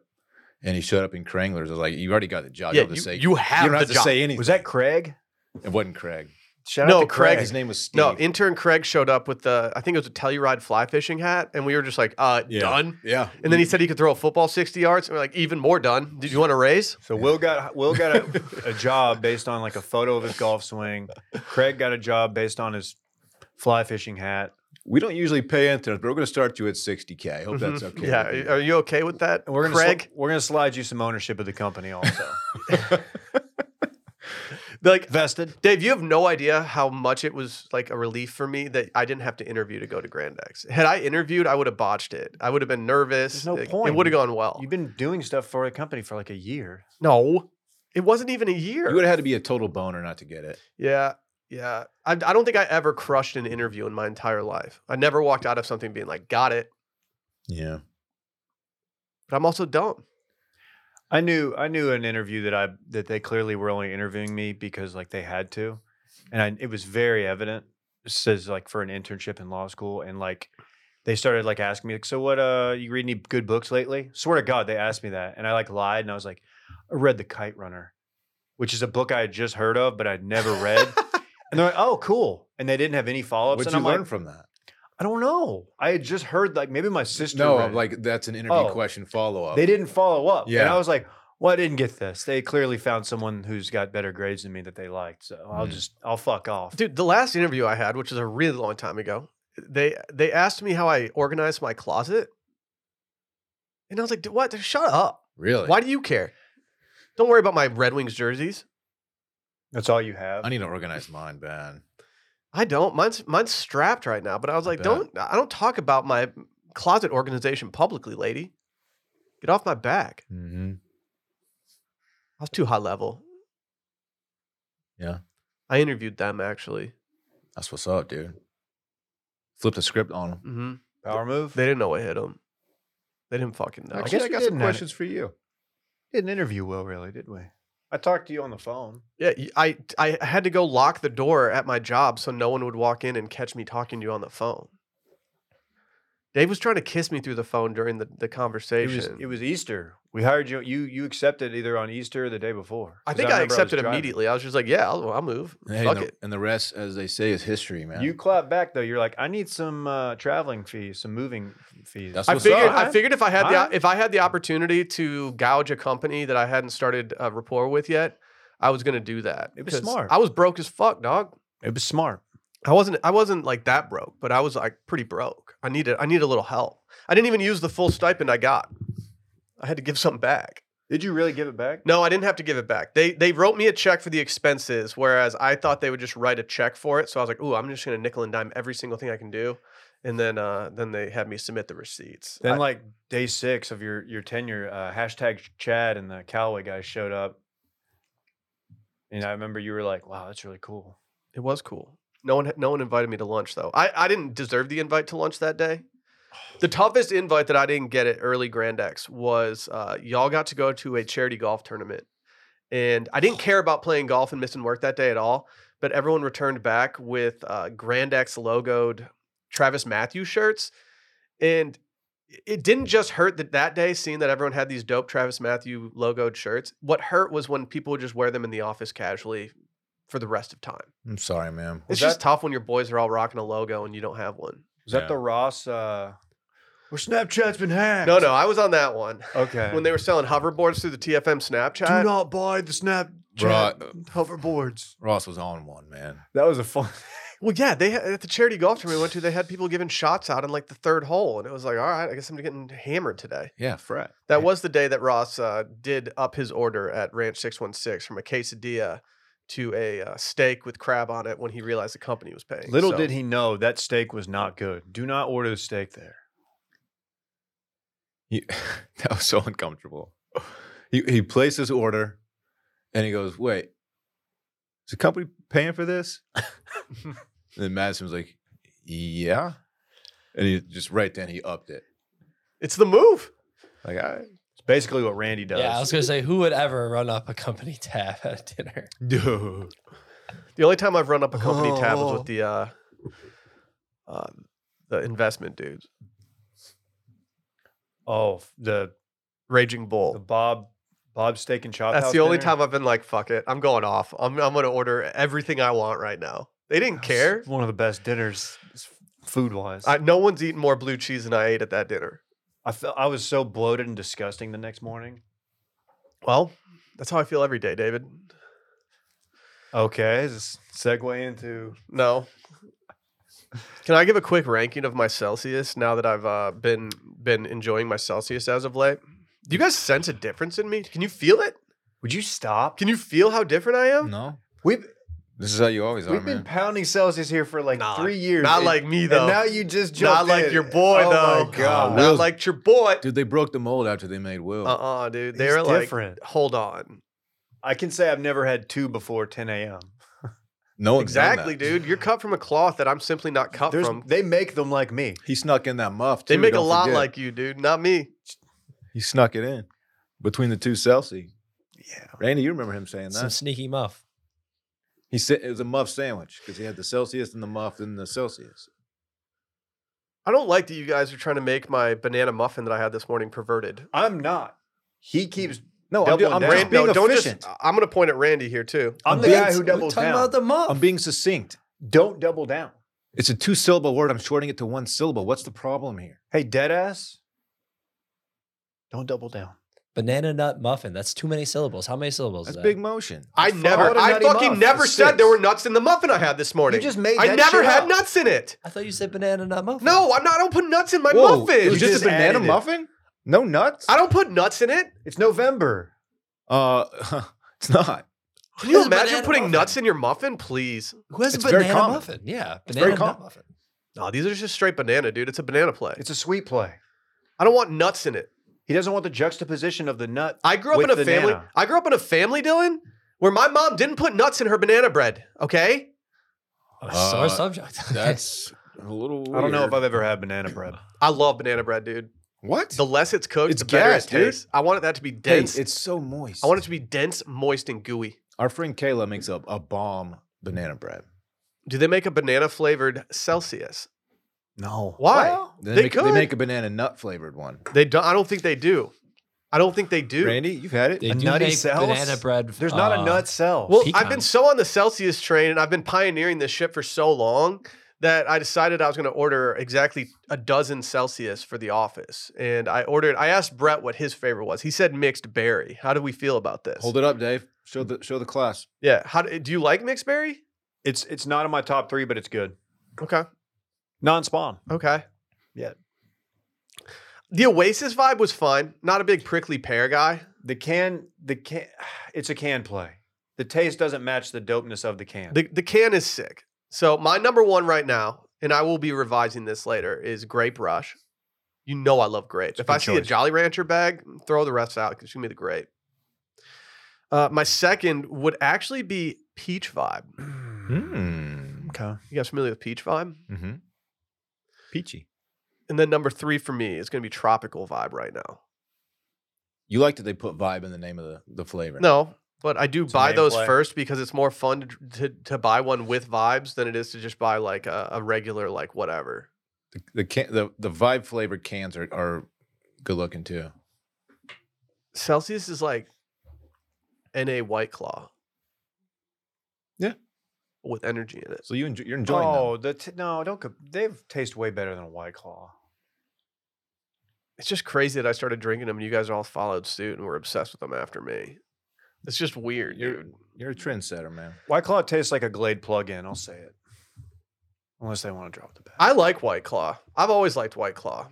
and he showed up in cranglers. I was like, "You already got the job.
yeah,
you don't have to say.
you, you have
you don't
the
have to
job.
say anything."
was that Craig?
It wasn't Craig.
Shout
No,
out to
Craig.
Craig.
His name was Steve.
no, intern Craig showed up with the I think it was a Telluride fly fishing hat, and we were just like, uh,
Yeah.
done.
yeah.
And then he said he could throw a football sixty yards, and we're like, even more done. Did you want a raise?
So Will got Will got a, a job based on like a photo of his golf swing. Craig got a job based on his fly fishing hat.
We don't usually pay interns, but we're going to start you at 60K. Hope that's
Mhm.
okay.
Yeah,
with you.
are you okay with that,
And we're gonna sli-
Craig?
we're gonna slide you some ownership of the company also.
They're like,
Vested.
Dave, you have no idea how much it was like a relief for me that I didn't have to interview to go to Grand X. Had I interviewed, I would have botched it. I would have been nervous.
There's no
Like, It
point.
would have gone well.
You've been doing stuff for a company for like a year.
no, it wasn't even a year.
You would have had to be a total boner not to get it.
Yeah, yeah. I, I don't think I ever crushed an interview in my entire life. I never walked out of something being like, "Got it,"
Yeah.
but I'm also dumb.
I knew I knew an interview that I that they clearly were only interviewing me because like they had to, and I, it was very evident. It says like for an internship in law school, and like they started like asking me like, so what? Uh, you read any good books lately? Swear to God, they asked me that, and I like lied, and I was like, I read The Kite Runner, which is a book I had just heard of but I'd never read. and they're like, oh, cool, and they didn't have any follow ups.
What'd
and
you
I'm
learn
like,
from that?
I don't know. I had just heard like maybe my sister.
No,
read
I'm
it.
like, that's an interview
Oh.
question follow up.
They didn't follow up. And
Yeah.
I was like, well, I didn't get this. They clearly found someone who's got better grades than me that they liked. So I'll
Mm.
just, I'll fuck off.
Dude, the last interview I had, which is a really long time ago, they they asked me how I organized my closet, and I was like, "Dude, "What? Shut up!
Really?
Why do you care? Don't worry about my Red Wings jerseys.
That's all you have.
I need to organize mine, man.
I don't. Mine's mine's strapped right now." But I was like,
bet.
"Don't! I don't talk about my closet organization publicly, lady. Get off my back.
Mm-hmm.
I was too high level."
Yeah.
I interviewed them actually.
That's what's up, dude. Flip the script on them.
Mm-hmm.
Power move.
They didn't know what hit them. They didn't fucking know.
I guess we didn't have it.
for you.
didn't interview Will, really, did we? I talked to you on the phone.
Yeah, y- I I had to go lock the door at my job so no one would walk in and catch me talking to you on the phone. Dave was trying to kiss me through the phone during the, the
It
conversation.
was, it was Easter. We hired you. You you accepted either on Easter or the day before.
I
'Cause
think I,
remember was
accepted
driving.
immediately. I was just like, yeah, I'll, I'll move.
Hey,
Fuck
and, the,
it.
and the rest, as they say, is history, man.
You clap back though. You're like, I need some uh, traveling fees, some moving fees.
That's
I
what's
figured.
up.
I figured if I had
Alright.
the if I had the opportunity to gouge a company that I hadn't started uh, rapport with yet, I was gonna do that.
It was
'Cause
smart.
I was broke as fuck, dog.
It was smart.
I wasn't. I wasn't like that broke, but I was like pretty broke. I needed. I needed a little help. I didn't even use the full stipend I got. I had to give some back.
Did you really give it back?
No, I didn't have to give it back. They they wrote me a check for the expenses, whereas I thought they would just write a check for it. So I was like, "Ooh, I'm just gonna nickel and dime every single thing I can do," and then uh, then they had me submit the receipts.
Then,
I-
like day six of your your tenure, uh, hashtag Chad and the Callaway guy showed up, and I remember you were like, "Wow, that's really cool."
it was cool. No one no one invited me to lunch though. I I didn't deserve the invite to lunch that day. The toughest invite that I didn't get at early Grand X was uh, y'all got to go to a charity golf tournament, and I didn't care about playing golf and missing work that day at all. But everyone returned back with uh, Grand X logoed Travis Matthews shirts, and it didn't just hurt that that day seeing that everyone had these dope Travis Matthew logoed shirts. What hurt was when people would just wear them in the office casually for the rest of time.
I'm sorry, man.
Was
It's just
that-
tough when your boys are all rocking a logo and you don't have one.
Was
Yeah.
that the Ross? Uh, Where Snapchat's been hacked?
No, no, I was on that one
Okay.
when they were selling hoverboards through the TFM Snapchat.
not buy the Snapchat
Right.
hoverboards.
uh, Ross was on one, man.
That was a fun.
Well, yeah, they had, at the charity golf tournament we went to, they had people giving shots out in like the third hole, and it was like, all right, I guess I'm getting hammered today.
Yeah, Fred.
That was the day that Ross uh, did up his order at Ranch Six One Six from a quesadilla to a uh, steak with crab on it when he realized the company was paying.
Little
So,
did he know that steak was not good. Do not order the steak there.
He, that was so uncomfortable. He he placed his order, and he goes, "Wait, is the company paying for this?" and then Madison was like, "Yeah," and he just right then he upped it.
it's the move.
Like, I,
It's basically what Randy does.
Yeah, I was gonna say, who would ever run up a company tab at a dinner?
dude,
The only time I've run up a company tab was
Oh.
with the uh, uh, the investment dudes,
oh, f- the
Raging Bull.
the Bob Bob Steak and Chop.
That's
House
the only
dinner?
time I've been like, fuck it. I'm going off. I'm, I'm going to order everything I want right now. They didn't
That was
care.
One of the best dinners, food wise.
I,
I
no one's eaten more blue cheese than I ate at that dinner.
I, felt, I was so bloated and disgusting the next morning.
Well, that's how I feel every day, David.
Okay, this segue into
No. Can I give a quick ranking of my Celsius now that I've uh, been been enjoying my Celsius as of late? Do you guys sense a difference in me? Can you feel it?
would you stop?
Can you feel how different I am?
no,
We've
this is how you always are,
we've
man.
been pounding Celsius here for like
Nah,
three years.
Not
and-
like me
and
though.
now you just
Not
jumped
like
in.
your boy
oh
though.
My God.
Not
Will's-
like your boy.
Dude, they broke the mold after they made Will.
Uh uh dude.
He's
They're like,
different.
hold on.
I can say I've never had two before 10 a.m.
no one's done
Exactly,
that.
dude. You're cut from a cloth that I'm simply not cut
There's,
from.
they make them like me.
He snuck in that muff.
They
too,
make a
don't
lot
forget.
like you, dude. Not me.
he snuck it in between the two Celsius.
Yeah.
Randy, you remember him saying that?
Some sneaky muff.
He said it was a muff sandwich because he had the Celsius and the muff and the Celsius.
I don't like that you guys are trying to make my banana muffin that I had this morning perverted.
I'm not. He keeps.
No,
I'm
I'm,
do- I'm
Randy,
just
no,
being
don't
efficient.
just. I'm going to point at Randy here too.
I'm the
being-
guy who
We're
doubles
talking
down.
about the muff.
I'm being succinct.
Don't double down.
It's a two syllable word. I'm shorting it to one syllable. What's the problem here?
Hey, deadass. Don't double down.
Banana nut muffin. That's too many syllables. How many syllables?
That's
is that?
big motion.
I
Fuck
never,
a
I
nutty
fucking
muff.
never
It's
said
six.
there were nuts in the muffin I had this morning.
You just made.
I
that
never
shit
had
up.
nuts in it.
I thought you said banana nut muffin.
No, I'm not. I don't put nuts in my
Whoa, It
muffin.
was just,
just
a banana
added it.
muffin? No nuts?
I don't put nuts in it.
It's November.
Uh, it's not.
Can you
It's a
imagine
banana
putting
muffin.
nuts in your muffin, please?
Who has
It's
a
very
banana
common.
muffin? Yeah,
very
banana nut
common.
muffin.
No, these are just straight banana, dude. It's a banana play.
It's a sweet play.
I don't want nuts in it.
He doesn't want the juxtaposition of the nut.
I grew up
with
in a
the
family.
nana.
I grew up in a family, Dylan, where my mom didn't put nuts in her banana bread. Okay,
A
Uh,
sore subject.
That's a little
I don't know if
weird.
I've ever had banana bread.
I love banana bread, dude.
What?
The less it's cooked,
It's
the better
gas,
it
dude.
tastes. I want that to be
Hey,
dense.
it's so moist.
I want it to be dense, moist, and gooey.
Our friend Kayla makes up a bomb banana bread.
Do they make a banana flavored Celsius?
No.
Why?
Well, they,
They
make,
could.
they make a banana nut flavored one.
They don't. I don't think they do. I don't think they do.
Randy, you've had it.
They
A
do
nutty
make
cells?
banana bread.
There's not
uh,
a nut
Oh,
cell.
Well,
Pecan.
I've been so on the Celsius train and I've been pioneering this shit for so long that I decided I was going to order exactly a dozen Celsius for the office. And I ordered, I asked Brett what his favorite was. He said mixed berry. How do we feel about this?
Hold it up, Dave. Show the show the class.
Yeah. How do, do you like mixed berry?
it's it's not in my top three, but it's good.
Okay.
Non-spawn.
Okay.
Yeah.
The Oasis vibe was fine. Not a big prickly pear guy.
The can, the can, it's a can play. The taste doesn't match the dopeness of the can.
The, the can is sick. So my number one right now, and I will be revising this later, is Grape Rush. You know I love grapes. If
good
I see a
choice.
Jolly Rancher bag, throw the rest out. Give me the grape. Uh, my second would actually be Peach Vibe.
Hmm.
Mm. Okay.
You guys familiar with Peach Vibe?
Mm-hmm. Peachy.
And then number three for me is going to be Tropical Vibe right now.
You like that they put vibe in the name of the, the flavor.
No, but I do
It's a
buy
name
those
play.
first because it's more fun to, dr- to, to buy one with vibes than it is to just buy like a, a regular like whatever.
The the, can, the the vibe flavored cans are, are good looking too.
Celsius is like NA White Claw.
Yeah.
With energy in it.
So you enjoy, you're enjoying them.
oh, the t- no, don't. co- They taste way better than a white claw.
It's just crazy that I started drinking them and you guys all followed suit and were obsessed with them after me. It's just weird,
You're
dude.
you're a trendsetter, man.
White claw tastes like a Glade plug-in. I'll say it. Unless they want to drop the bag.
I like White Claw. I've always liked White Claw.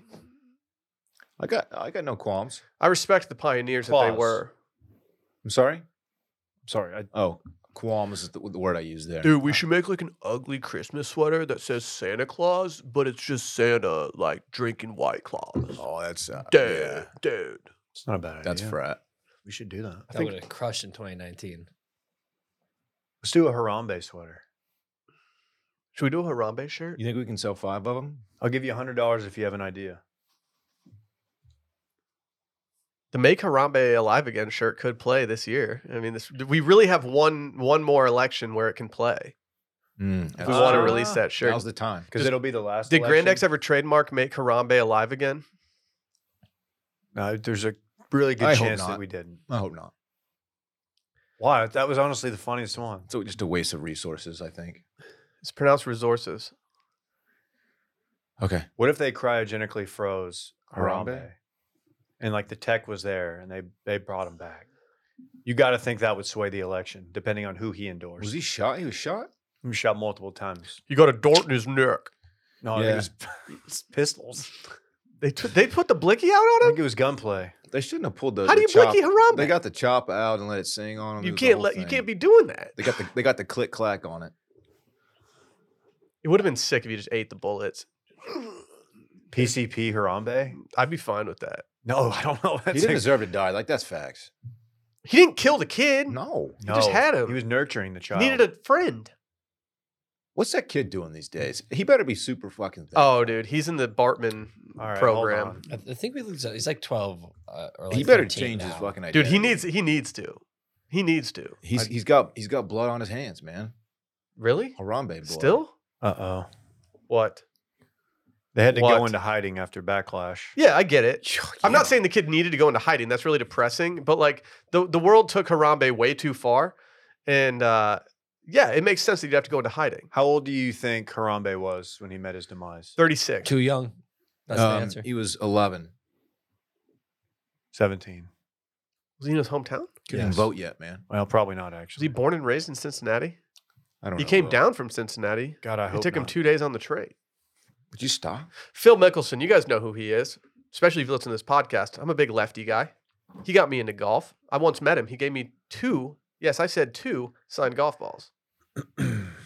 I got I got no qualms.
I respect the pioneers that they
Claws.
were.
I'm sorry.
Sorry. I,
Oh, qualms is the, the word I use there.
Dude, we should make like an ugly Christmas sweater that says Santa Claus, but it's just Santa like drinking White Claws.
Oh, that's uh,
Dude,
yeah,
dude.
it's not a bad idea.
that's frat.
We should do that.
I
That
think-
would have crushed in 2019.
Let's do a Harambe sweater.
Should we do a Harambe shirt?
You think we can sell five of them?
I'll give you hundred dollars if you have an idea.
the Make Harambe Alive Again shirt could play this year. I mean, this we really have one one more election where it can play.
Hmm.
If we want to
Ah,
release that shirt.
Now's the time.
Because
Just-
it'll be the last.
Did Grand X
election.
ever trademark Make Harambe Alive Again?
No, there's a really good
I hope
chance that
not.
we didn't.
I hope not.
Wow, that was honestly the funniest one.
So just a waste of resources, I think.
It's pronounced resources.
Okay.
What if they cryogenically froze
Harambe?
Harambe, and like the tech was there and they they brought him back? You got to think that would sway the election, depending on who he endorsed.
Was he shot? He was shot.
He was shot multiple times.
You got a dart in his neck.
No, I
Yeah.
think it was pistols.
They t- they put the blicky out
I
on him.
think it was gunplay.
They shouldn't have pulled the.
How do
the
you
chop.
blicky Harambe?
They got the chop out and let it sing on them.
you can't let you can't be doing that.
They got the they got the click clack on it.
It would have been sick if you just ate the bullets.
PCP Harambe?
I'd be fine with that.
No, I don't know.
He
That's
didn't
ex-
deserve to die. Like that's facts.
He didn't kill the kid.
No.
he just had him.
He was nurturing the
He
child.
needed a friend.
What's that kid doing these days? He better be super fucking. Thankful.
Oh, dude, he's in the Bartman
All right, hold
program.
on.
I, I think we lose. He's like 12 uh, or like
he better
13
change his
now.
fucking identity.
Dude, he needs he needs to. He needs to.
He's he's got he's got blood on his hands, man.
Really?
Harambe blood.
Still?
Uh oh.
What?
They had to go
What?
into hiding after backlash.
Yeah, I get it. I'm
Yeah.
not saying the kid needed to go into hiding. That's really depressing. But like the the world took Harambe way too far, and uh, yeah, it makes sense that you'd have to go into hiding.
How old do you think Harambe was when he met his demise?
Thirty six.
Too young. That's the
Um,
answer.
He was 11.
17.
Was he in his hometown?
Couldn't
Yes.
vote yet, man.
Well, probably not
Was he
actually.
born and raised in Cincinnati?
I don't.
He
know,
came
bro.
down from Cincinnati.
God, I hope
It took him
not.
two days on the train.
Would you stop?
Phil Mickelson, you guys know who he is, especially if you listen to this podcast. I'm a big lefty guy. He got me into golf. I once met him. He gave me two, yes, I said two signed golf balls.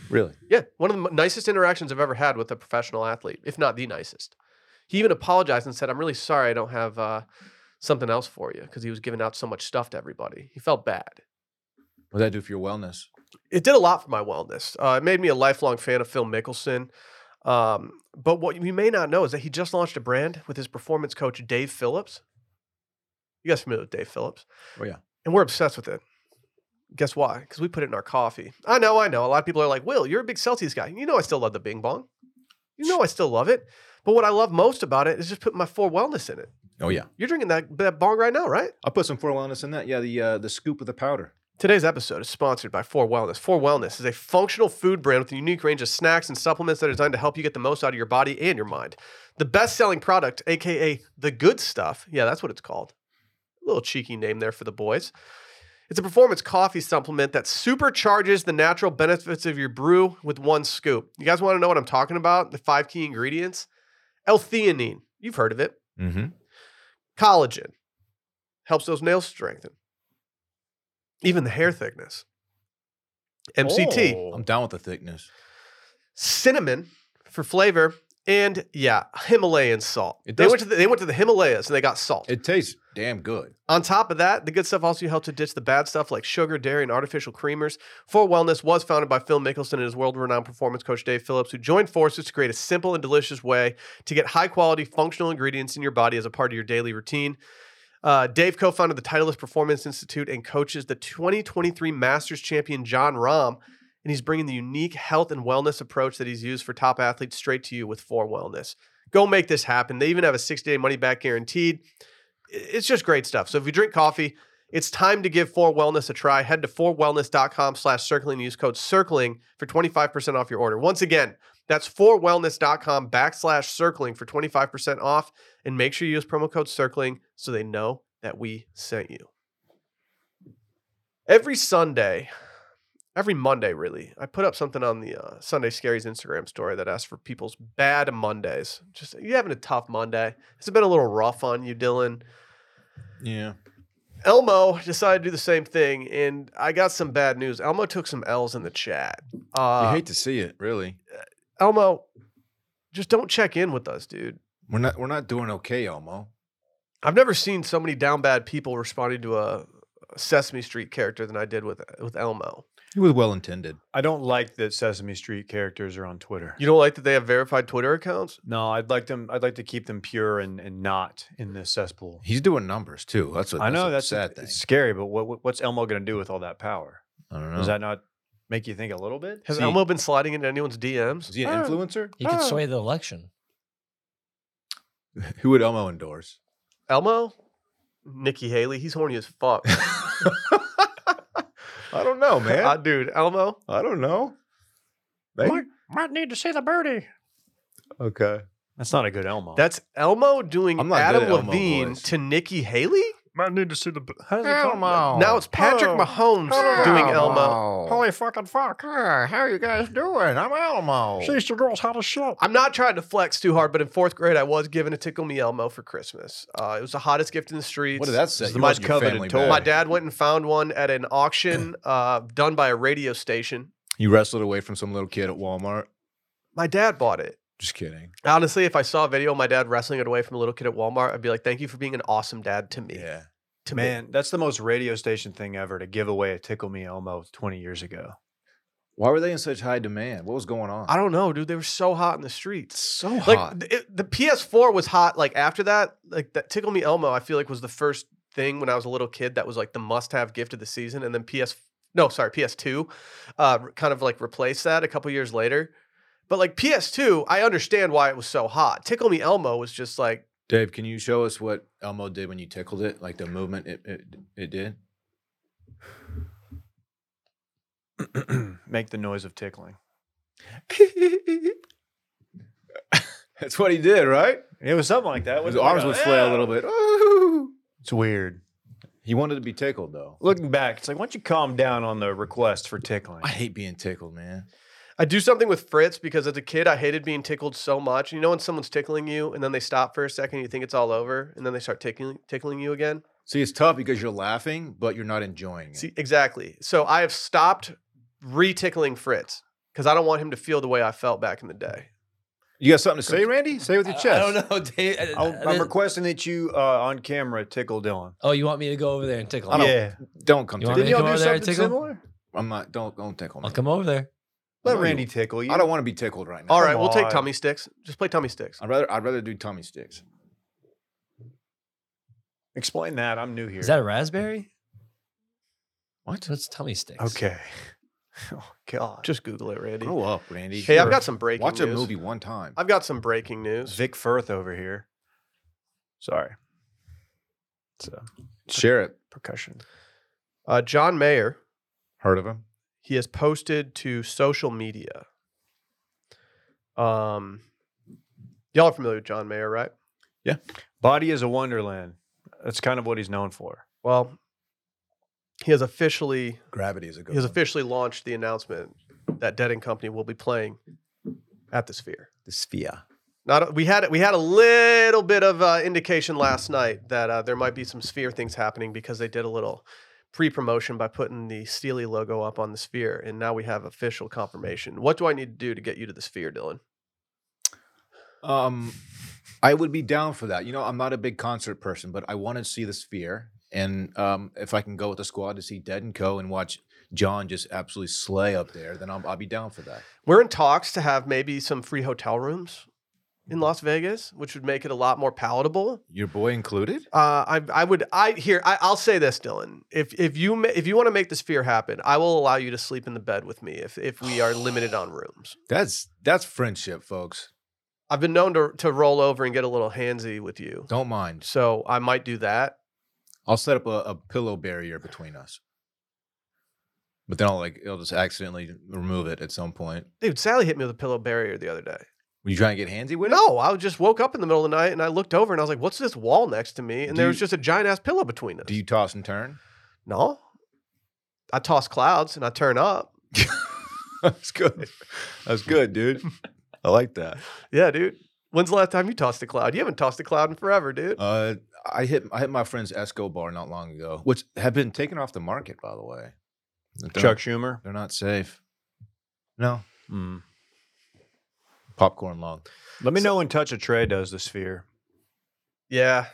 Really?
Yeah, one of the m- nicest interactions I've ever had with a professional athlete, if not the nicest. He even apologized and said, "I'm really sorry I don't have uh, something else for you," because he was giving out so much stuff to everybody. He felt bad.
What would that do for your wellness?
It did a lot for my wellness. Uh, it made me a lifelong fan of Phil Mickelson. Um, but what you may not know is that he just launched a brand with his performance coach Dave Phillips. You guys familiar with Dave Phillips?
Oh, yeah.
And we're obsessed with it. Guess why? Because we put it in our coffee. I know, I know. A lot of people are like, "Will, you're a big Celsius guy. You know, I still love the Bing Bong." You know I still love it. But what I love most about it is just putting my four wellness in it.
Oh yeah,
You're drinking that, that bong right now, right?
I'll put some four wellness in that. Yeah, the uh, the scoop of the powder.
Today's episode is sponsored by Four Wellness. Four Wellness is a functional food brand with a unique range of snacks and supplements that are designed to help you get the most out of your body and your mind. The best selling product, aka the good stuff, yeah, that's what it's called. A little cheeky name there for the boys. It's a performance coffee supplement that supercharges the natural benefits of your brew with one scoop. You guys want to know what I'm talking about? The five key ingredients L theanine, you've heard of it,
Mm-hmm.
collagen, helps those nails strengthen, even the hair thickness. MCT,
I'm down with the thickness.
cinnamon for flavor, and yeah, Himalayan salt.
It
They
does-
went to the, they went to the Himalayas and they got salt.
It tastes damn good.
On top of that, the good stuff also helped to ditch the bad stuff like sugar, dairy, and artificial creamers. For Wellness was founded by Phil Mickelson and his world-renowned performance coach Dave Phillips, who joined forces to create a simple and delicious way to get high-quality, functional ingredients in your body as a part of your daily routine. Uh, Dave co-founded the Titleist Performance Institute and coaches the 2023 Masters champion John Rahm, and he's bringing the unique health and wellness approach that he's used for top athletes straight to you with For Wellness. Go make this happen. They even have a 60-day money-back guaranteed it's just great stuff. So if you drink coffee, it's time to give Four Wellness a try. Head to forwellness.com slash circling and use code circling for 25% off your order. Once again, that's forwellness.com backslash circling for 25% off. And make sure you use promo code circling so they know that we sent you. Every Sunday, every Monday, really, I put up something on the uh, Sunday Scaries Instagram story that asks for people's bad Mondays. Just, you having a tough Monday? Has it been a little rough on you, Dylan?
Yeah.
Elmo decided to do the same thing, and I got some bad news. Elmo took some L's in the chat.
you
Uh,
hate to see it, really.
Elmo, just don't check in with us, dude.
We're not we're not doing okay, Elmo.
I've never seen so many down bad people responding to a Sesame Street character than I did with with Elmo.
He was well intended.
I don't like that Sesame Street characters are on Twitter.
You don't like that they have verified Twitter accounts?
No, I'd like them. I'd like to keep them pure and, and not in this cesspool.
He's doing numbers too. That's what
I know that's,
a sad
it's
thing.
scary, but what, what what's Elmo going to do with all that power?
I don't know.
Does that not make you think a little bit?
Has
See-
Elmo been sliding into anyone's DMs?
Is he an
I don't-
influencer?
He could
Oh.
sway the election.
Who would Elmo endorse?
Elmo, Nikki Haley, he's horny as fuck.
I don't know, man.
Uh,
I,
dude, Elmo,
don't know. Maybe.
might need to see the birdie.
Okay.
That's not a good Elmo.
that's Elmo doing
I'm not good
Adam
at Elmo
Levine
voice.
to Nikki Haley.
might need to see the. How does
Now it's Patrick
Oh.
Mahomes doing Elmo.
fucking fuck!
how are you guys doing? I'm Elmo.
your girl's hot as shit.
I'm not trying to flex too hard, but in fourth grade, I was given a Tickle Me Elmo for Christmas. Uh, it was the hottest gift in the streets.
What did that say?
It's the
You
most
want your
coveted
family
toy.
back.
My dad went and found one at an auction uh, done by a radio station.
You wrestled away from some little kid at Walmart.
My dad bought it.
Just kidding.
Honestly, if I saw a video of my dad wrestling it away from a little kid at Walmart, I'd be like, "Thank you for being an awesome dad to me."
Yeah.
To me.
Man, that's the most radio station thing ever to give away a Tickle Me Elmo 20 years ago.
Why were they in such high demand? What was going on?
I don't know, dude. They were so hot in the streets.
so
Like th- it, the PS4 was hot. Like after that, like that Tickle Me Elmo, I feel like was the first thing when I was a little kid that was like the must-have gift of the season. And then PS, no, sorry, PS2, uh, r- kind of like replaced that a couple years later. But like PS2, I understand why it was so hot. Tickle Me Elmo was just like
Dave, can you show us what Elmo did when you tickled it? Like the movement it it, it did?
Make the noise of tickling.
That's what he did, right?
It was something like that.
His
wasn't it?
arms would
Like, "Ah!"
flail a little bit. Ooh.
It's weird.
He wanted to be tickled though.
Looking back, it's like, why don't you calm down on the request for tickling?
I hate being tickled, man.
I do something with Fritz because as a kid, I hated being tickled so much. You know when someone's tickling you and then they stop for a second, you think it's all over, and then they start tickling tickling you again.
See, it's tough because you're laughing, but you're not enjoying it.
See, exactly. So I have stopped retickling Fritz because I don't want him to feel the way I felt back in the day.
Mm, you got something to say, Randy? Say it with your
I-
chest.
I, don't know, Dave. I-
I'll,
I-
I'm requesting that you uh, on camera tickle Dylan.
oh, you want me to go over there and tickle? him?
Yeah.
Don't come
You
tickle
want me
Didn't
me.
to
y'all
come
do
over there and
something
tickle?
similar?
I'm not don't don't tickle me.
I'll come over there.
Let
No, you
Randy
won't.
tickle you.
I don't want to be tickled right now.
All right,
Come
we'll take
on.
tummy sticks. Just play tummy sticks.
I'd rather I'd rather do tummy sticks.
Explain that. I'm new here.
Is that a raspberry?
What?
That's tummy sticks.
okay? Oh God.
Just Google it, Randy.
Grow up, Randy.
Hey, I've
sure.
got some breaking
Watch
news.
a movie one time.
I've got some breaking news.
Vic Firth over here. Sorry. It's a
Share it.
percussion.
Uh, John Mayer,
Heard of him?
he has posted to social media. Um, y'all are familiar with John Mayer, right?
Body is a wonderland. That's kind of what he's known for.
Well, he has officially
Gravity is a good.
he has
one.
officially launched the announcement that Dead and Company will be playing at the Sphere.
the Sphere.
Not we had we had a little bit of uh, indication last night that uh, there might be some Sphere things happening because they did a little pre-promotion by putting the Steely logo up on the Sphere, and now we have official confirmation. What do I need to do to get you to the Sphere, Dylan?
Um, I would be down for that. You know, I'm not a big concert person, but I want to see the Sphere, and um, if I can go with the squad to see Dead and Co. and watch John just absolutely slay up there, then I'll, I'll be down for that.
We're in talks to have maybe some free hotel rooms in Las Vegas, which would make it a lot more palatable.
Your boy included.
Uh, I I would I here I, I'll say this, Dylan. If if you ma- if you want to make this fear happen, I will allow you to sleep in the bed with me if if we are limited on rooms.
That's that's friendship, folks.
I've been known to to roll over and get a little handsy with you,
Don't mind.
so I might do that.
I'll set up a, a pillow barrier between us, but then I'll like I'll just accidentally remove it at some point.
Dude, Sally hit me with a pillow barrier the other day.
Were you trying to get handsy with it?
No, I just woke up in the middle of the night and I looked over and I was like, "What's this wall next to me?" And
Do
there
you-
was just a giant ass pillow between us.
Do you toss and turn?
No, I toss clouds and I turn up.
that's good. That's good, dude. I like that.
Yeah, dude. When's the last time you tossed a cloud? You haven't tossed a cloud in forever, dude.
Uh, I hit I hit my friend's Esco bar not long ago, which had been taken off the market, by the way. They're
Chuck
not-
Schumer.
they're not safe. No
Mm.
popcorn long.
Let me know when Touch a Tray does the Sphere.
Yeah.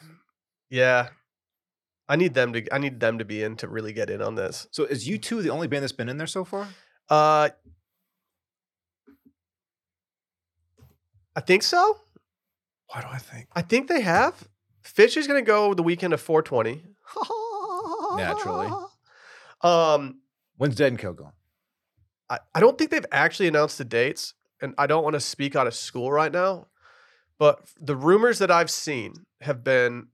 Yeah. I need them to I need them to be in to really get in on this.
So is you two the only band that's been in there so far?
Uh I think so.
Why do I think?
I think they have. Fish is gonna go the weekend of 420.
Naturally.
Um
When's Dead and Co going?
I, I don't think they've actually announced the dates, and I don't want to speak out of school right now, but f- the rumors that I've seen have been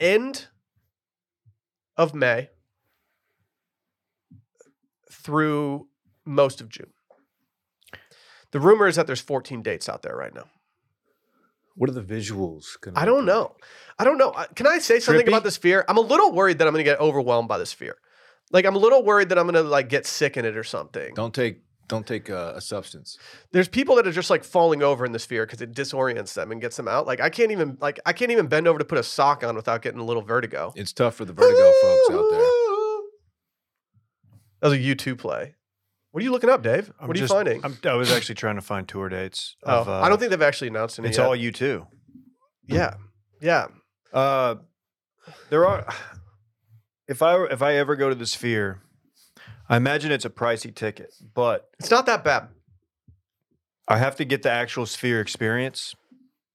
end of May through most of June. The rumor is that there's 14 dates out there right now.
What are the visuals? Gonna
I don't know. I don't know. I- Can I say something
Trippy?
about this fear? I'm a little worried that I'm going to get overwhelmed by this fear. Like I'm a little worried that I'm going to like get sick in it or something.
Don't take don't take uh, a substance.
there's people that are just like falling over in the sphere because it disorients them and gets them out. Like I can't even like I can't even bend over to put a sock on without getting a little vertigo.
It's tough for the vertigo folks out there.
That was a U two play. What are you looking up, Dave?
I'm
what are
just-
you finding?
I'm, I was actually trying to find tour dates.
oh,
of, uh,
I don't think they've actually announced any.
it's
yet.
all you too.
Yeah, yeah.
Uh, there are. If I were- if I ever go to the Sphere, I imagine it's a pricey ticket, but
It's not that bad.
I have to get the actual Sphere experience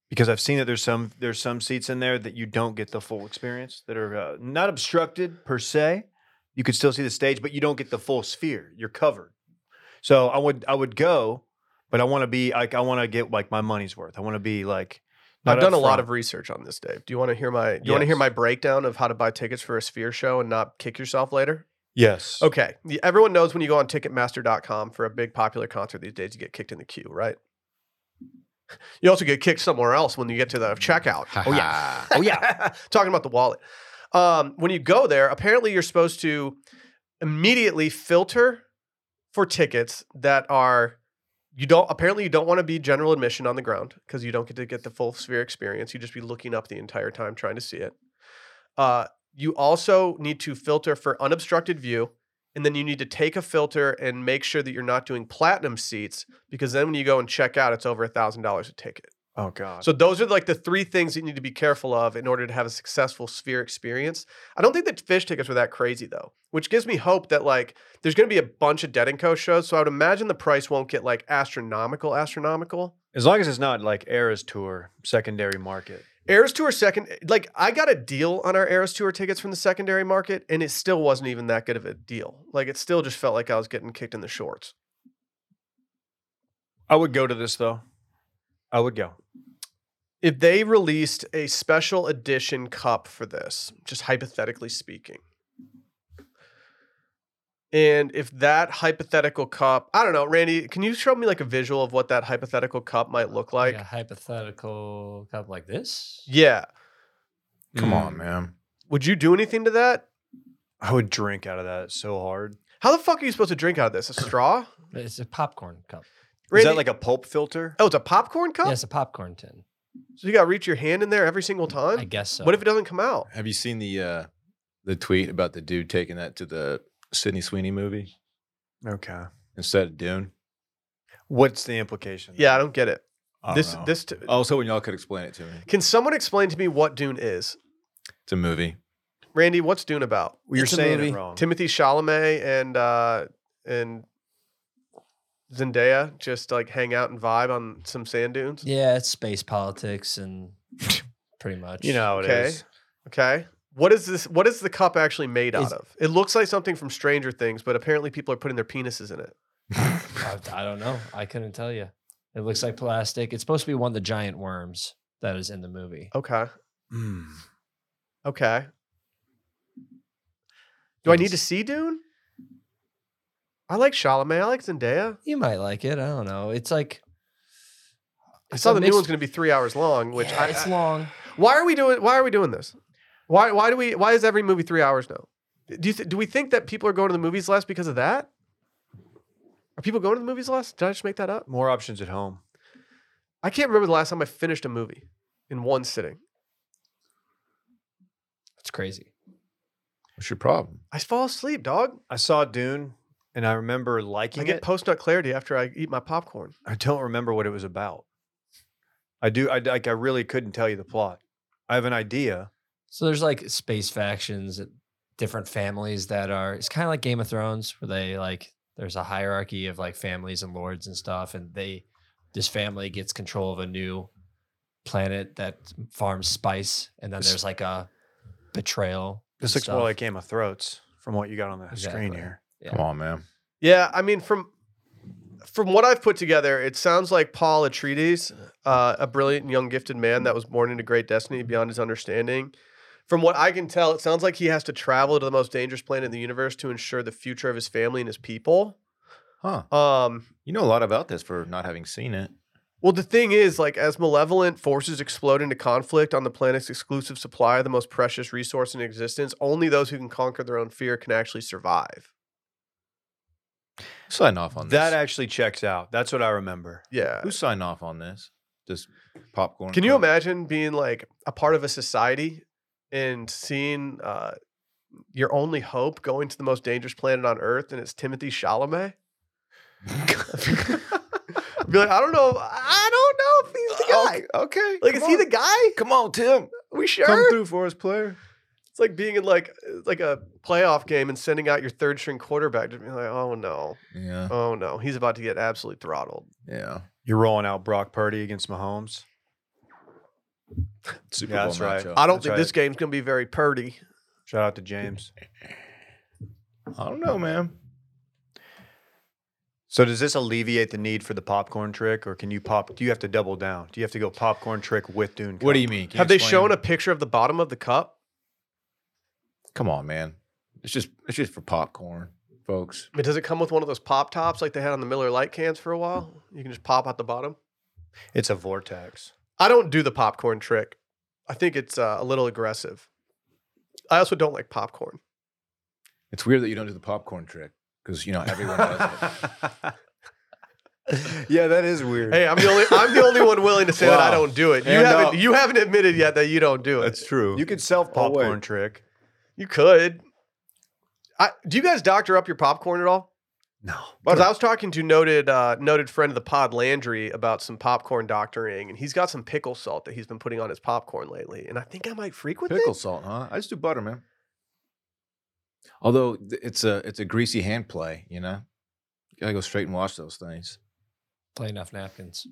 because I've seen that there's some there's some seats in there that you don't get the full experience that are uh, not obstructed per se. You could still see the stage, but you don't get the full sphere. You're covered. So I would I would go, but I want to be like I want to get like my money's worth. I want to be like
I've
not
done a
up
lot
front.
of research on this, Dave. Do you want to hear my? Do you want to hear
Yes.
my breakdown of how to buy tickets for a Sphere show and not kick yourself later?
yes.
Okay. The- Everyone knows when you go on Ticketmaster.com for a big popular concert these days, you get kicked in the queue, right? You also get kicked somewhere else when you get to the checkout.
oh yeah.
Oh yeah. Talking about the wallet. Um, when you go there, apparently you're supposed to immediately filter for tickets that are you don't apparently you don't want to be general admission on the ground because you don't get to get the full sphere experience. You just be looking up the entire time trying to see it. Uh, you also need to filter for unobstructed view. And then you need to take a filter and make sure that you're not doing platinum seats because then when you go and check out, it's over a thousand dollars a ticket.
Oh god.
So those are like the three things that you need to be careful of in order to have a successful sphere experience. I don't think that fish tickets were that crazy though, which gives me hope that like there's going to be a bunch of Dead and Co shows. So I would imagine the price won't get like astronomical, astronomical.
as long as it's not like Era's tour secondary market.
Eras Tour second, like I got a deal on our Eras Tour tickets from the secondary market, and it still wasn't even that good of a deal. Like it still just felt like I was getting kicked in the shorts.
I would go to this though. I would go.
If they released a special edition cup for this, just hypothetically speaking, and if that hypothetical cup, I don't know, Randy, can you show me like a visual of what that hypothetical cup might look like?
a
Yeah.
hypothetical cup like this.
Come
Mm.
on, man.
Would you do anything to that?
Mm. I would drink out of that so hard.
How the fuck are you supposed to drink out of this? A straw?
It's a popcorn cup.
Is that
Randy-
like a pulp filter?
Oh, it's a popcorn cup?
Yeah, it's a popcorn tin.
So you got to reach your hand in there every single time?
I guess so.
What if it doesn't come out?
Have you seen the uh, the tweet about the dude taking that to the Sydney Sweeney movie
Okay.
instead of Dune?
What's the implication?
Yeah, I don't get it.
I don't
this
know. Oh.
this t-
I was hoping y'all could explain it to me.
Can someone explain to me what Dune is?
It's a movie.
Randy, what's Dune about?
you're
It's a
saying it
movie.
wrong.
Timothy Chalamet and uh and Zendaya just like hang out and vibe on some sand dunes.
Yeah, it's space politics and pretty much.
you know how it is.
Okay. Okay. What is this what is the cup actually made out
It's-
of? It looks like something from Stranger Things, but apparently people are putting their penises in it.
I, I don't know. I couldn't tell you. It looks like plastic. It's supposed to be one of the giant worms that is in the movie.
Okay.
Mm.
Okay. Do I need to
Yes.
see Dune? I like Chalamet. I like Zendaya.
You might like it. I don't know. It's like
I
It's
saw
a
the new
mixed-
one's going to be three hours long, which
Yeah,
I,
it's
I-
long.
why are we doing? Why are we doing this? Why? Why do we? Why is every movie three hours now? Do you th- do we think that people are going to the movies less because of that? Are people going to the movies less? Did I just make that up?
More options at home.
I can't remember the last time I finished a movie in one sitting.
It's crazy.
What's your problem?
I fall asleep, dog.
I saw Dune and I remember liking
I get
it.
post nut clarity after I eat my popcorn.
I don't remember what it was about. I do. I like. I really couldn't tell you the plot. I have an idea.
So there's like space factions, different families that are. It's kind of like Game of Thrones, where they like there's a hierarchy of like families and lords and stuff, and they this family gets control of a new planet that farms spice, and then
This-
there's like a betrayal.
This
and
looks more
stuff.
like Game of Thrones from what you got on the screen
Exactly.
here.
Yeah.
Come on, man.
Yeah, I mean from from what I've put together, it sounds like Paul Atreides, uh, a brilliant young gifted man that was born into great destiny beyond his understanding. From what I can tell, it sounds like he has to travel to the most dangerous planet in the universe to ensure the future of his family and his people.
Huh.
Um,
You know a lot about this for not having seen it.
well, the thing is, like, as malevolent forces explode into conflict on the planet's exclusive supply of the most precious resource in existence, only those who can conquer their own fear can actually survive.
Sign off on this.
That actually checks out. That's what I remember.
Yeah.
Who signed off on this? Just popcorn.
Can you
cup?
imagine being like a part of a society and seeing uh, your only hope going to the most dangerous planet on Earth, and it's Timothy Chalamet? I'd Be like, I don't know, I don't know if he's the guy.
Okay.
Like,
Oh, come
is he
on.
the guy?
Come on, Tim.
we sure?
Come through for us, player.
It's like being in like like a playoff game and sending out your third string quarterback to be like, oh no,
Yeah.
oh no, he's about to get absolutely throttled.
Yeah.
You're rolling out Brock Purdy against Mahomes.
Super
Yeah,
Bowl
that's right.
matchup.
I don't
That's
think
right.
this game's gonna be very purdy.
Shout out to James.
I don't know, man.
So does this alleviate the need for the popcorn trick, or can you pop? Do you have to double down? Do you have to go popcorn trick with Dune?
What do
Cup?
you mean? Can you
Have they
explain?
shown a picture of the bottom of the cup?
Come on, man. It's just it's just for popcorn, folks.
But does it come with one of those pop tops like they had on the Miller Light cans for a while? You can just pop out the bottom.
It's a vortex.
I don't do the popcorn trick. I think it's uh, a little aggressive. I also don't like popcorn.
It's weird that you don't do the popcorn trick because you know everyone does it.
yeah, that is weird.
Hey, I'm the only I'm the only one willing to say that I
Wow.
don't do it. You
Hand
haven't
up.
you haven't admitted yet that you don't do it.
true.
you could self
Oh, wait.
popcorn trick.
You could. I, do you guys doctor up your popcorn at all?
No.
Because I was talking to noted uh, noted friend of the pod Landry about some popcorn doctoring, and he's got some pickle salt that he's been putting on his popcorn lately, and I think I might freak with it.
pickle salt, huh? I just do butter, man. Although th- it's a it's a greasy hand play, you know. You gotta go straight and wash those things.
Play enough napkins.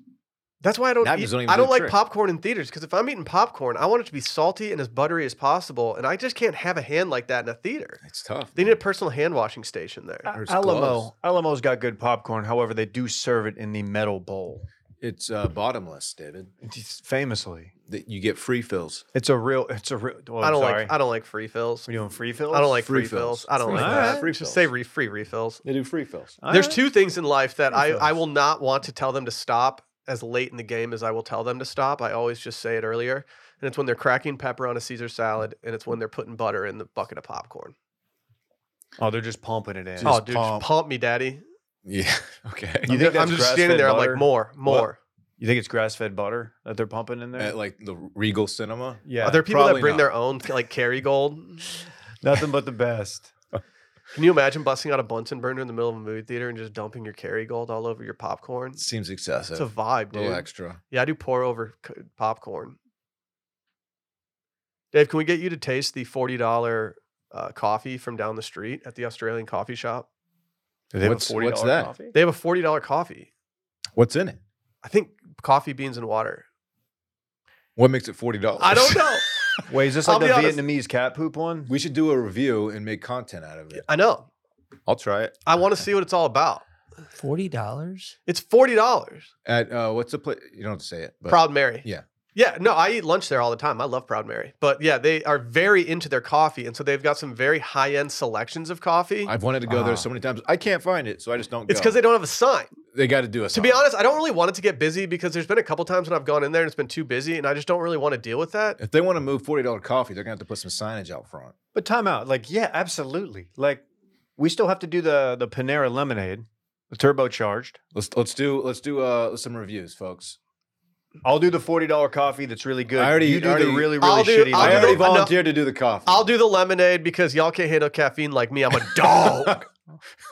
That's why I don't.
That
Eat,
was only
I don't
good
like
trick.
popcorn in theaters because if I'm eating popcorn, I want it to be salty and as buttery as possible, and I just can't have a hand like that in a theater.
It's tough.
They need
man.
a personal hand washing station there.
There's gloves.
Alamo. Alamo's got good popcorn. However, they do serve it in the metal bowl.
It's uh, bottomless, David.
It's famously,
That you get free fills.
it's a real. It's a real. Well,
I don't
Oh, sorry.
like. I don't like free fills.
we doing free fills.
I don't like free,
Free
fills.
fills.
I don't
Free
like
fills.
that.
Alright.
Free
Just
fills.
say re- free refills.
They do free fills.
All
There's
right.
two things in life that
Free
I, I
fills.
will not want to tell them to stop as late in the game as I will tell them to stop. I always just say it earlier. And it's when they're cracking pepper on a Caesar salad and it's when they're putting butter in the bucket of popcorn.
Oh, they're just pumping it in.
Just
oh, dude,
pump.
just pump me, daddy.
Yeah. Okay.
You
I'm
think
ju- I'm
that's
just standing
grass-fed
there. I'm
butter?
like, more, more.
you think it's grass fed butter that they're pumping in there?
At like the Regal Cinema.
yeah,
Are there people that
probably
bring
not.
their own, like Kerrygold?
nothing but the best.
Can you imagine busting out a Bunsen burner in the middle of a movie theater and just dumping your Kerrygold all over your popcorn?
It seems
It's
excessive.
a vibe,
little
dude.
extra.
Yeah, I do pour over c- popcorn. Dave, can we get you to taste the forty dollar uh, coffee from down the street at the Australian coffee shop?
Do
What's- what's that?
coffee?
They have a forty dollar coffee.
What's in it?
I think coffee, beans, and water.
What makes it forty dollars?
I don't know.
Wait, is this
I'll
like the
be honest.
Vietnamese cat poop one?
We should do a review and make content out of it.
I know.
I'll try it.
I want to see what it's all about.
Forty dollars?
It's forty dollars.
At uh, what's the place? You don't have to say it. But
Proud Mary.
yeah.
Yeah, no, I eat lunch there all the time. I love Proud Mary. But yeah, they are very into their coffee. And so they've got some very high end selections of coffee.
I've wanted to go
Ah.
there so many times. I can't find it, so I just don't.
it's
go.
because they don't have a sign.
they got to do a.
To be honest, I don't really want it to get busy because there's been a couple times when I've gone in there and it's been too busy, and I just don't really want to deal with that.
if they want to move forty dollar coffee, they're gonna have to put some signage out front.
But time out. Like, yeah, absolutely. Like, we still have to do the the Panera lemonade, the turbocharged.
Let's let's do let's do uh, some reviews, folks.
I'll do the forty dollar coffee that's really good.
I already-
you do
already-
the really really
I'll do-
shitty.
I'll
I
do
lemonade.
already
the- I know-
volunteered to do the coffee.
I'll do the lemonade because y'all can't handle caffeine like me. I'm a dog.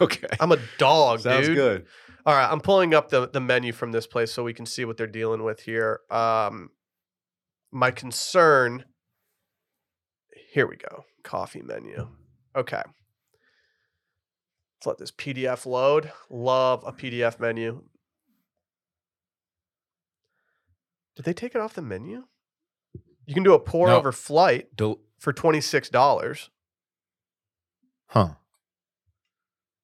okay.
I'm a dog,
Sounds
dude.
good.
All right, I'm pulling up the the menu from this place so we can see what they're dealing with here. Um, my concern. Here we go. Coffee menu. Okay. Let's let this PDF load. Love a PDF menu. Did they take it off the menu? You can do a pour
No.
over flight
Del-
for twenty six dollars,
huh.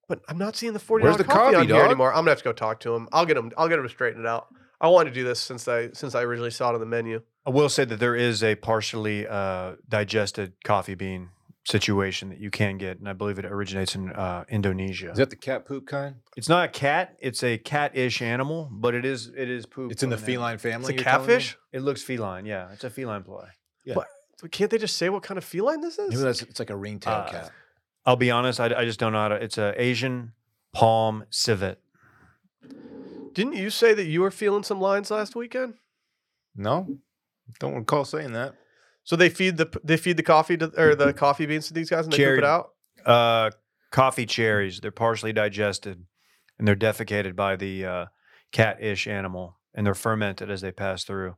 but I'm not seeing the forty
Where's
dollars
the
coffee,
coffee,
on here
dog?
anymore. I'm gonna have to go talk to him. I'll get him. I'll get him to straighten it out. I wanted to do this since I since I originally saw it on the menu.
I will say that there is a partially uh, digested coffee bean situation that you can get, and I believe it originates in uh, Indonesia.
Is that the cat poop kind?
it's not a cat; it's a cat-ish animal, but it is it is poop.
It's in the
of an animal.
feline
It's
family.
a
you're telling me?
catfish.
It looks feline. Yeah, it's a feline ploy.
But Can't they just say what kind of feline this
Maybe
is?
that's it's like a ringtail
Uh,
cat.
I'll be honest; I, I just don't know how to. It's a Asian palm civet.
Didn't you say that you were feeling some lines last weekend?
No, don't recall saying that.
So they feed the they feed the coffee to, or
Mm-hmm.
the coffee beans to these guys and they poop
Jared.
it out.
uh, coffee cherries. They're partially digested and they're defecated by the uh, cat-ish animal, and they're fermented as they pass through.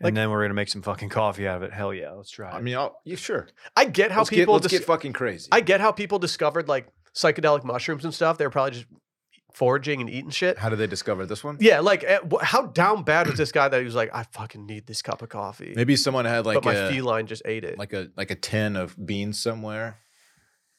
And
Like-
then we're gonna make some fucking coffee out of it. Hell yeah, let's try it.
I mean, I'll, you sure?
I get how
let's get,
people
let's
dis-
get fucking crazy.
I get how people discovered like psychedelic mushrooms and stuff. They were probably just foraging and eating shit.
How did they discover this one?
Yeah, like eh, wh- how down bad was this guy that he was like, I fucking need this cup of coffee.
Maybe someone had like uh,
but my
a
feline just ate it.
like a like a tin of beans somewhere,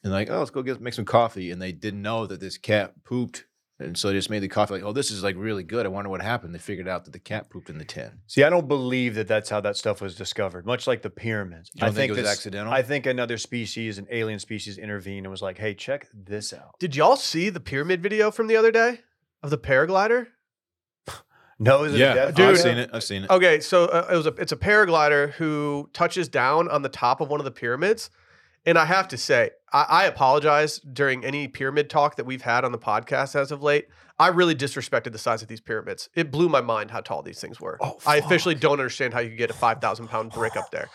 and like, oh, let's go get make some coffee, and they didn't know that this cat pooped, and so they just made the coffee like, oh, this is like really good. I wonder what happened. They figured out that the cat pooped in the tin.
See, I don't believe that that's how that stuff was discovered. Much like the pyramids,
You
I
don't
think,
think, it was
this-
accidental.
I think another species, an alien species, intervened and was like, "Hey, check this out."
Did y'all see the pyramid video from the other day of the paraglider?
No, is it a death?
Dude.
I've seen it. I've seen it.
Okay, so uh, it was a it's a paraglider who touches down on the top of one of the pyramids, and I have to say I, I apologize during any pyramid talk that we've had on the podcast as of late. I really disrespected the size of these pyramids. It blew my mind how tall these things were.
Oh,
I
fuck.
officially don't understand how you could get a five thousand pound brick up there,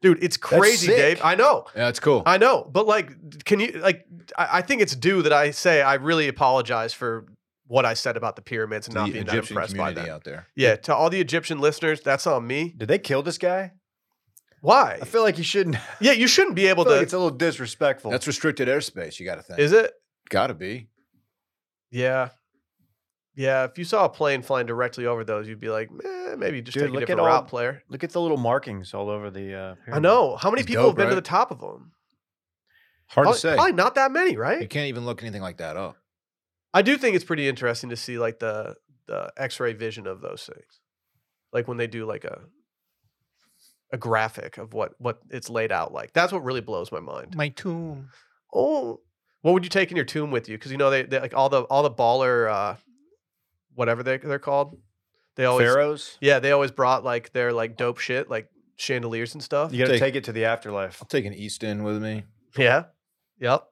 dude. It's crazy,
sick.
Dave. I know.
Yeah, it's cool.
I know, but like, can you like? I, I think it's due that I say I really apologize for what I said about the pyramids and
To
not
the
being that
Egyptian
impressed by
community
them.
out there.
Yeah, to all the Egyptian listeners, that's on me.
Did they kill this guy?
Why?
I feel like you shouldn't. I
Yeah, you shouldn't be able
feel like
to.
it's a little disrespectful.
That's restricted airspace. You got to think.
Is it?
Got to be.
Yeah. Yeah, if you saw a plane flying directly over those, you'd be like, eh, maybe just
Dude,
take a
look at
different
all-
route, player.
Look at the little markings all over the. Uh,
I
pyramid.
know. How many
It's
people
dope,
have been to
right?
the top of them?
Hard
Probably,
to say.
probably not that many,
You
right?
can't even look anything like that up.
I do think it's pretty interesting to see like the the X-ray vision of those things, like when they do like a a graphic of what what it's laid out like. That's what really blows my mind.
My tomb.
Oh, what would you take in your tomb with you? Because you know they, they like all the all the baller, uh, whatever they they're called. They always
Pharaohs.
yeah they always brought like their like dope shit like chandeliers and stuff.
You got to
Take-
take it to the afterlife.
I'll take an East End with me.
Yeah. Yep.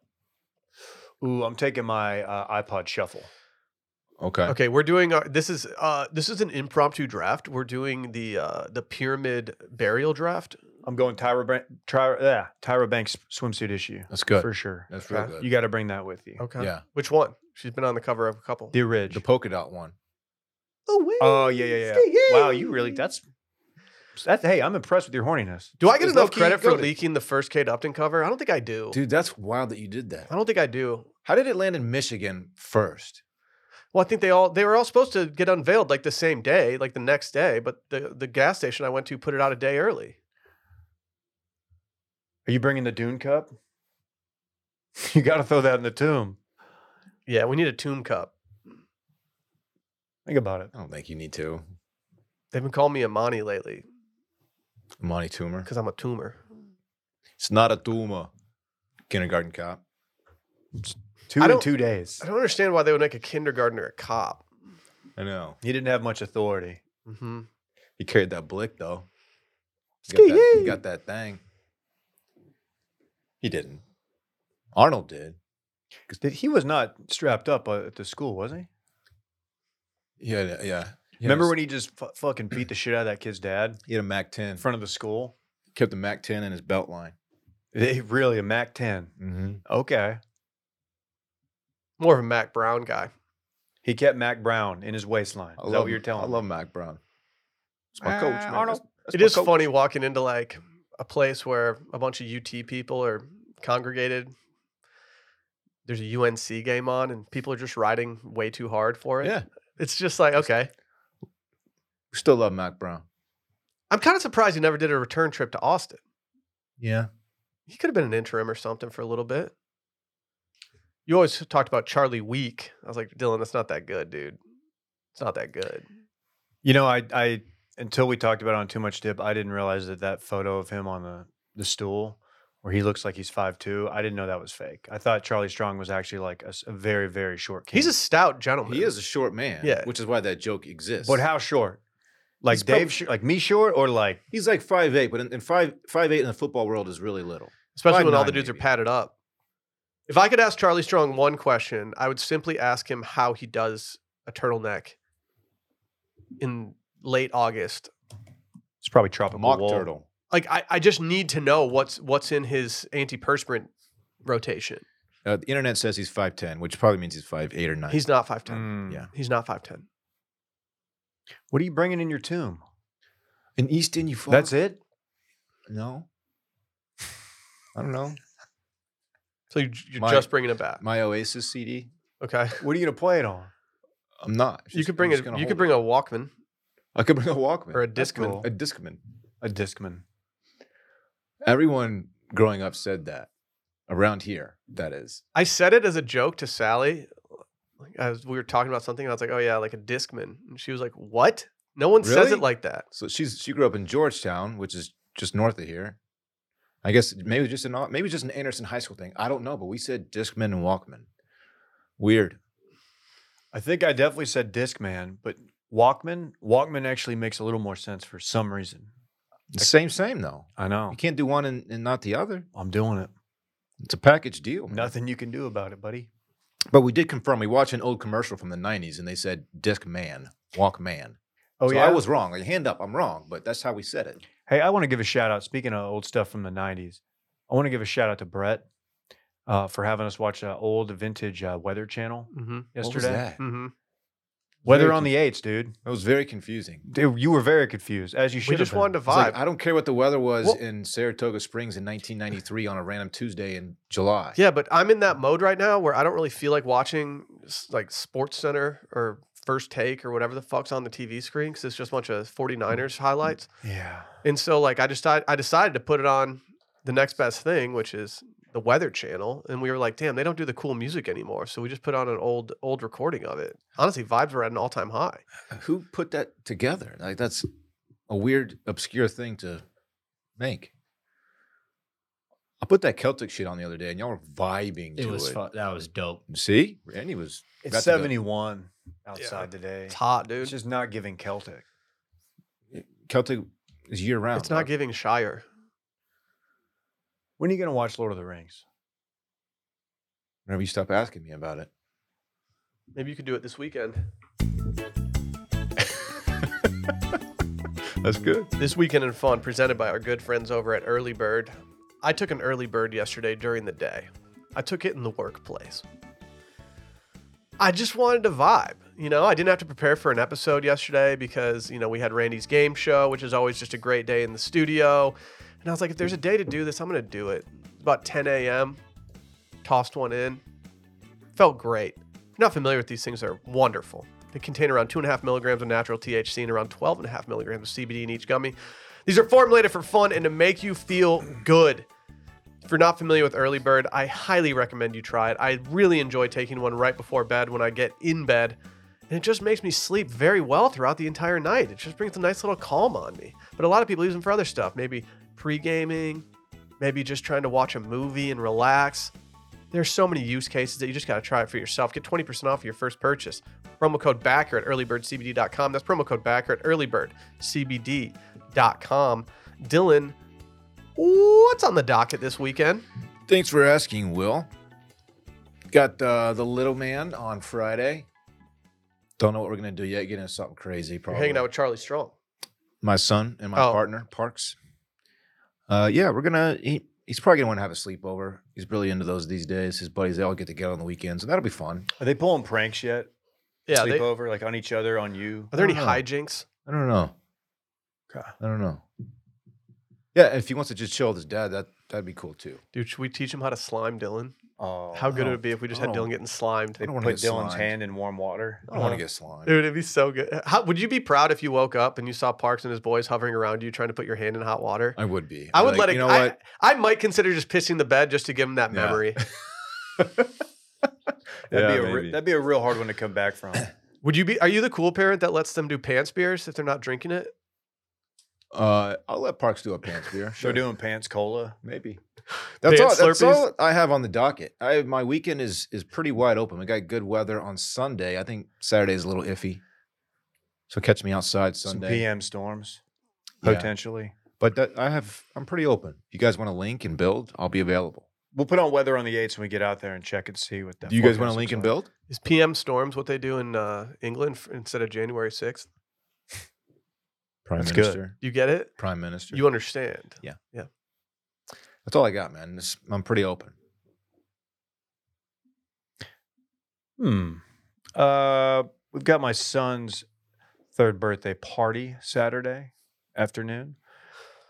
Ooh, I'm taking my uh, iPod Shuffle.
Okay.
Okay, we're doing our this is uh this is an impromptu draft. We're doing the uh the pyramid burial draft.
I'm going Tyra, Ban- Tyra, yeah, Tyra Banks swimsuit issue
That's good.
for sure.
That's real
Okay.
good.
You got to bring that with you.
Okay.
Yeah.
Which one? She's been on the cover of a couple.
The Ridge.
The polka dot one.
oh wait.
oh yeah, yeah, yeah. Wow, you really that's that's hey, I'm impressed with your horniness.
do I get
There's no
enough
key
credit for
goated.
leaking the first Kate Upton cover? I don't think I do.
Dude, that's wild that you did that.
I don't think I do.
How did it land in Michigan first?
Well, I think they all they were all supposed to get unveiled like the same day, like the next day, but the the gas station I went to put it out a day early.
Are you bringing the Dune cup? You got to throw that in the tomb.
Yeah, we need a tomb cup.
Think about it.
I don't think you need to.
They've been calling me Imani lately
Monty Toomer.
because I'm a tumor.
It's not a tumor. Kindergarten cop.
Two
I
in
don't-
two days.
I don't understand why they would make a kindergartner a cop.
I know.
He didn't have much authority.
Mm-hmm.
He carried that blick though. He got that, he
Ski-yee.
got that thing. He didn't. Arnold did.
Did- He was not strapped up uh, at the school, was he?
Yeah, yeah.
Remember when he just fu- fucking beat the shit out of that kid's dad
he had a Mac 10?
in front of the school?
Kept a Mac 10 in his belt line.
They, really, a Mac 10.
Mm-hmm.
Okay.
More of a Mac Brown guy.
He kept Mac Brown in his waistline. Is that what you're telling
I
me?
love Mac Brown. It's my coach,
Ah,
man.
Arnold.
That's- that's
It
my
is
coach.
funny walking into like a place where a bunch of UT people are congregated. There's a UNC game on, and people are just riding way too hard for it.
Yeah.
It's just like, okay.
We still love Mac Brown.
I'm kind of surprised he never did a return trip to Austin.
Yeah.
He could have been an interim or something for a little bit. You always talked about Charlie Week. I was like, Dylan, that's not that good, dude. It's not that good.
You know, I, I until we talked about it on Too Much Dip, I didn't realize that that photo of him on the, the stool where he looks like he's 5'2", I didn't know that was fake. I thought Charlie Strong was actually like a, s- a very, very short kid.
He's a stout gentleman.
He is a short man.
Yeah.
Which is why that joke exists.
But how short? Like
He's
Dave,
prob-
sh- like me short or like,
He's like five eight, but in, in five five eight in the football world is really little.
especially when all
5'9"
the dudes are
maybe.
padded up. If I could ask Charlie Strong one question, I would simply ask him how he does a turtleneck in late August.
it's probably tropical
Mock
wool.
turtle.
Like I, I just need to know what's what's in his antiperspirant rotation.
Uh, the internet says he's five ten, which probably means he's five eight or nine.
He's not five ten.
Mm.
Yeah.
He's not five ten.
What are you bringing in your tomb?
in Easton. You fuck.
That's it?
No. I don't know.
So you, you're
My-
just bringing it back.
My Oasis CD.
Okay.
What are you going to play it on?
I'm not.
You could bring
it.
a you could bring a Walkman
I could bring a Walkman
or a
That's
Discman.
cool.
a Discman.
A Discman.
Everyone growing up said that around here. That is.
I said it as a joke to Sally. Like, as we were talking about something, and I was like, "Oh yeah, like a Discman," and she was like, "What? No one says
Really?
it like that."
So she's she grew up in Georgetown, which is just north of here. I guess maybe it was just an maybe it was just an Anderson High School thing. I don't know, but we said Discman and Walkman. Weird.
I think I definitely said Discman, but Walkman, Walkman actually makes a little more sense for some reason.
Same, same though.
I know.
You can't do one and, and not the other.
I'm doing it.
It's a package deal. Oh, man.
Nothing you can do about it, buddy.
But we did confirm. We watched an old commercial from the '90s, and they said Discman, Walkman.
Oh
so
yeah.
I was wrong. Like, hand up, I'm wrong, but that's how we said it.
hey, I want to give a shout out. Speaking of old stuff from the '90s, I want to give a shout out to Brett uh, for having us watch uh, old vintage uh, Weather Channel
Mm-hmm.
yesterday.
What was that?
Hmm.
Mm-hmm.
Weather
Very
on the eights, dude.
It was very confusing.
Dude, You were very confused, as you should.
We just
have been.
wanted to
It's like,
vibe.
I don't care what the weather was
Well-
in Saratoga Springs in 1993 on a random Tuesday in July.
yeah, but I'm in that mode right now where I don't really feel like watching s- like Sports Center or first take or whatever the fuck's on the TV screen because it's just a bunch
Mm.
of 49ers highlights.
Yeah.
And so like I just I decided to put it on the next best thing, which is the Weather Channel, and we were like, damn, they don't do the cool music anymore. So we just put on an old old recording of it. Honestly, vibes were at an all time high.
Who put that together? Like that's a weird, obscure thing to make. I put that Celtic shit on the other day, and y'all were vibing
It
to
was
it.
fun. That was dope.
See, Randy was
It's
Got to go.
71 outside today.
It's hot, dude.
It's just not giving Celtic.
Celtic is year round.
It's not
dog.
giving Shire.
When are you going to watch Lord of the Rings?
Whenever you stop asking me about it,
Maybe you could do it this weekend.
that's good.
This weekend in fun, presented by our good friends over at Early Bird. I took an early bird yesterday during the day. I took it in the workplace. I just wanted to vibe. You know, I didn't have to prepare for an episode yesterday because, you know, we had Randy's game show, which is always just a great day in the studio. And I was like, if there's a day to do this, I'm going to do it. It's about 10 a.m. Tossed one in. Felt great. If you're not familiar with these things, they're wonderful. They contain around 2.5 milligrams of natural THC and around 12.5 milligrams of CBD in each gummy. These are formulated for fun and to make you feel good. If you're not familiar with Early Bird, I highly recommend you try it. I really enjoy taking one right before bed when I get in bed, and it just makes me sleep very well throughout the entire night. It just brings a nice little calm on me. But a lot of people use them for other stuff, maybe pre gaming, maybe just trying to watch a movie and relax. There's so many use cases that you just got to try it for yourself. Get 20% off your first purchase. Promo code BACKER at earlybirdcbd.com. That's promo code BACKER at earlybirdcbd.com. Dylan, what's on the docket this weekend?
Thanks for asking, Will. Got uh, the little man on Friday. Don't know what we're gonna do yet. Getting something crazy.
You're
Probably
hanging out with Charlie Strong.
my son and my
Oh.
partner Parks. Uh, yeah, we're gonna. He, he's probably gonna want to have a sleepover. He's really into those these days. His buddies they all get together on the weekends, and that'll be fun.
Are they pulling pranks yet?
Yeah. They,
Sleep
are
over, like on each other, on you?
there any
Uh-huh.
hijinks?
I don't know.
Okay.
I don't know. Yeah, if he wants to just chill with his dad, that that'd be cool too.
Dude, should we teach him how to slime Dylan?
Oh,
How good
no.
it would be if we just had
Oh.
Dylan getting slimed.
They
I don't wanna
put Dylan's
get slimed. Oh.
hand in warm water.
I don't want
Uh-huh.
to get slimed.
Dude, it'd be so good. How, would you be proud if you woke up and you saw Parks and his boys hovering around you trying to put your hand in hot water?
I would be.
I would
Like,
let it.
You know
I,
what?
I might consider just pissing the bed just to give him that
Yeah.
memory.
That'd,
Yeah,
be a re-
maybe.
that'd be a real hard one to come back from.
Would you be? Are you the cool parent that lets them do pants beers if they're not drinking it?
Uh, I'll let Parks do a pants beer. Sure,
They're doing pants cola.
maybe. That's
Pants
all. That's
Slurpees?
all I have on the docket. I my weekend is is pretty wide open. We got good weather on Sunday. I think Saturday is a little iffy. So catch me outside Sunday.
Some PM storms
Yeah.
potentially.
But that, I have, I'm pretty open. If you guys want to link and build, I'll be available.
We'll put on weather on the eights when we get out there and check and see what that.
Do you guys want
forecast
to link
looks
and
like.
build?
Is PM storms what they do in uh, England f- instead of January sixth?
Prime
That's good.
Minister.
You get it?
Prime Minister.
You understand?
That's all I got, man. This, I'm pretty open.
Hmm. Uh, we've got my son's third birthday party Saturday afternoon.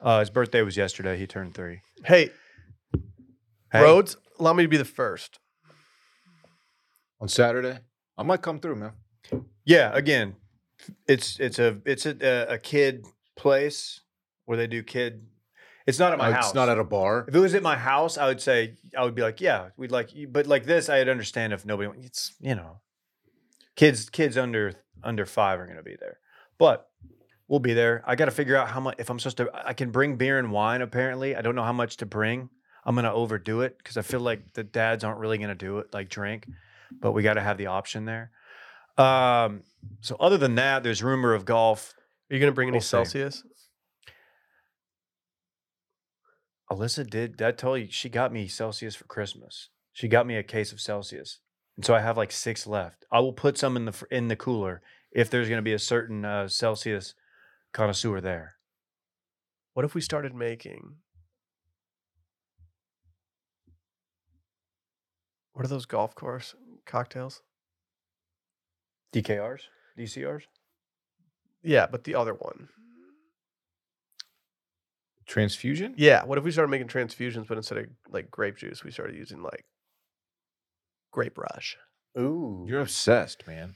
Uh, his birthday was yesterday. He turned three.
Hey,
Hey,
Rhodes, allow me to be the first.
On Saturday, I might come through, man.
Yeah. Again, it's it's a it's a, a kid place where they do kid. It's not at my
Uh,
house.
It's not at a bar.
If it was at my house, I would say I would be like, yeah, we'd like, you, but like this, I'd understand if nobody. went, It's you know, kids kids under under five are gonna be there, but we'll be there. I got to figure out how much if I'm supposed to. I can bring beer and wine. Apparently, I don't know how much to bring. I'm gonna overdo it because I feel like the dads aren't really gonna do it like drink, but we got to have the option there. Um, so other than that, there's rumor of golf.
Are you gonna bring any
We'll see.
Celsius?
Alyssa did. Did I tell you she got me Celsius for Christmas? She got me a case of Celsius, and so I have like six left. I will put some in the fr- in the cooler if there's going to be a certain uh, Celsius connoisseur there.
What if we started making? What are those golf course cocktails?
DKRs, DCRs.
Yeah, but the other one.
Transfusion?
Yeah. What if we started making transfusions, but instead of like grape juice, we started using like grape rush?
Ooh,
You're obsessed, man.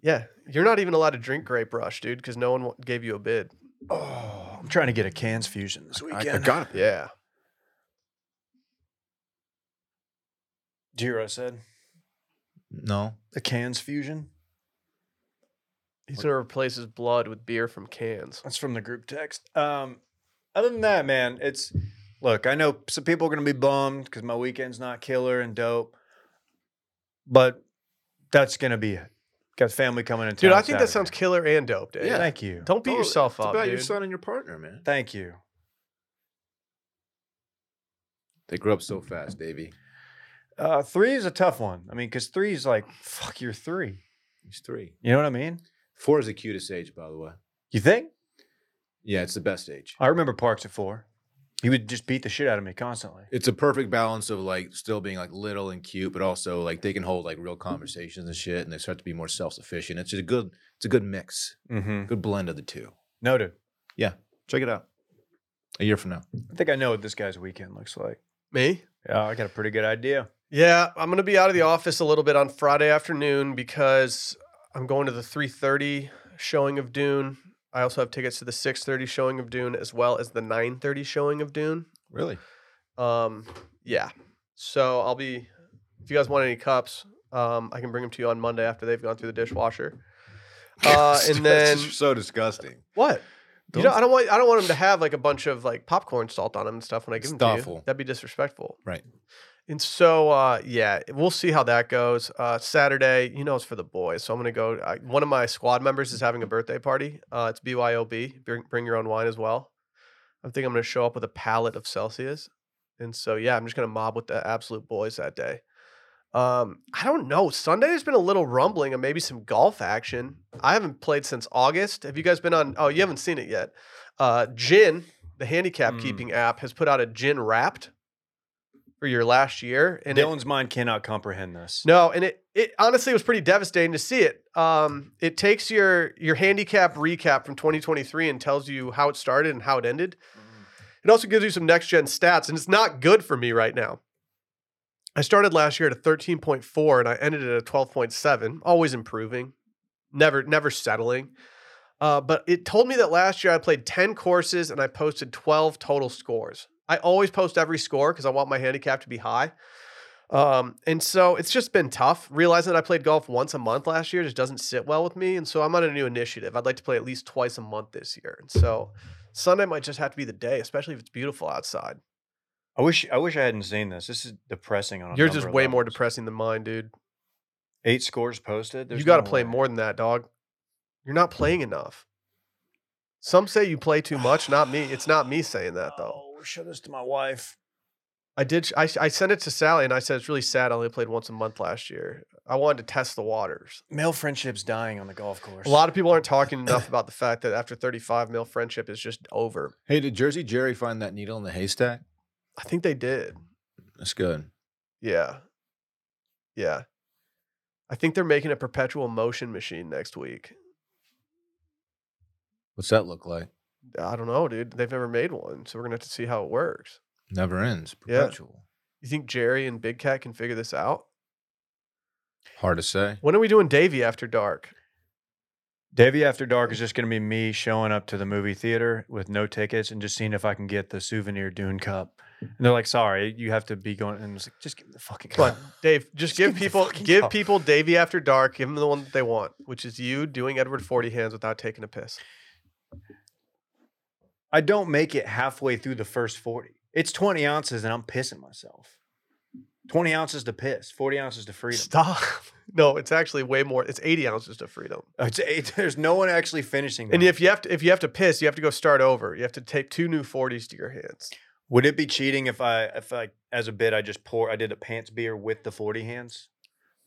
Yeah, you're not even allowed to drink grape rush, dude, because no one wa- gave you a bid.
Oh, I'm trying to get a cans fusion this
I,
weekend.
I got it.
Yeah,
Jiro said
No.
a cans fusion.
he's gonna replace his blood with beer from cans.
That's from the group text. Um, other than that, man, it's look. I know some people are gonna be bummed because my weekend's not killer and dope, but that's gonna be it. Got family coming in.
Dude,
town
I think that sounds
Saturday.
killer and dope, dude.
Yeah.
Thank you.
Don't beat
Oh,
yourself
it's
up,
about
dude.
your son and your partner, man.
Thank you.
They grew up so fast, baby.
Uh, three is a tough one. I mean, because three is like fuck. You're three.
He's three.
You know what I mean?
Four is the cutest age, by the way.
You think?
Yeah, it's the best age.
I remember Parks at four. He would just beat the shit out of me constantly.
It's a perfect balance of like still being like little and cute, but also like they can hold like real conversations and shit, and they start to be more self sufficient. It's just a good, it's a good mix,
Mm-hmm.
good blend of the two.
Noted.
Check it out. A year from now.
I think I know what this guy's weekend looks like.
Me?
Yeah, I got a pretty good idea.
Yeah, I'm gonna be out of the office a little bit on Friday afternoon because I'm going to the 3:30 showing of Dune. I also have tickets to the 6:30 showing of Dune as well as the 9:30 showing of Dune.
Really?
Um, yeah. So I'll be. If you guys want any cups, um, I can bring them to you on Monday after they've gone through the dishwasher. Uh,
That's
and then
just so disgusting.
what? You know, I don't want I don't want them to have like a bunch of like popcorn salt on them and stuff when I give
It's
them to you.
thoughtful.
That'd be disrespectful.
Right.
And so, uh, yeah, we'll see how that goes. Uh, Saturday, you know, it's for the boys, so I'm gonna go. I, one of my squad members is having a birthday party. Uh, it's BYOB. Bring, bring your own wine as well. I think I'm gonna show up with a pallet of Celsius, and so yeah, I'm just gonna mob with the absolute boys that day. Um, I don't know. Sunday there's been a little rumbling and maybe some golf action. I haven't played since August. Have you guys been on? Oh, you haven't seen it yet. Uh, Gin, the handicap
Mm.
keeping app, has put out a Gin Wrapped for your last year, and it,
Dylan's mind cannot comprehend this.
no, and it it honestly was pretty devastating to see it. Um, it takes your your handicap recap from 2023 and tells you how it started and how it ended. It also gives you some next gen stats, and it's not good for me right now. I started last year at a 13.4 and I ended at a 12.7, always improving, never never settling. Uh, but it told me that last year I played 10 courses and I posted 12 total scores. I always post every score because I want my handicap to be high. Um, and so it's just been tough. Realizing that I played golf once a month last year just doesn't sit well with me. And so I'm on a new initiative. I'd like to play at least twice a month this year. And so Sunday might just have to be the day, especially if it's beautiful outside.
I wish I wish I hadn't seen this. This is depressing on a
Yours is
number of
way more
levels.
depressing than mine, dude.
Eight scores posted. There's
you got to
no
play
way.
more than that, dog. You're not playing enough. Some say you play too much. Not me. It's not me saying that though.
Oh, show this to my wife.
I did. sh- I, I sent it to Sally and I said it's really sad. I only played once a month last year. I wanted to test the waters.
Male friendships dying on the golf course.
A lot of people aren't talking enough about the fact that after 35, male friendship is just over.
Hey, did Jersey Jerry find that needle in the haystack?
I think they did.
That's good.
Yeah. Yeah. I think they're making a perpetual motion machine next week.
What's that look like?
I don't know, dude. They've never made one. So we're going to have to see how it works.
Never ends.
Yeah.
Perpetual.
You think Jerry and Big Cat can figure this out?
Hard to say.
When are we doing Davy after dark?
Davey After Dark is just going to be me showing up to the movie theater with no tickets and just seeing if I can get the souvenir Dune cup. And they're like, "Sorry, you have to be going." And I was like, "Just give me the fucking
Come
cup."
on, Dave, just give
give me the
people
fucking
give
cup.
people Davy after dark. Give them the one that they want, which is you doing Edward Forty Hands without taking a piss.
I don't make it halfway through the first forty. It's twenty ounces, and I'm pissing myself. Twenty ounces to piss, forty ounces to freedom.
Stop. No, it's actually way more. It's eighty ounces to freedom.
It's, it, there's no one actually finishing.
And
that.
if you have to, if you have to piss, you have to go start over. You have to take two new forties to your hands.
Would it be cheating if I if I as a bid I just pour I did a pants beer with the forty hands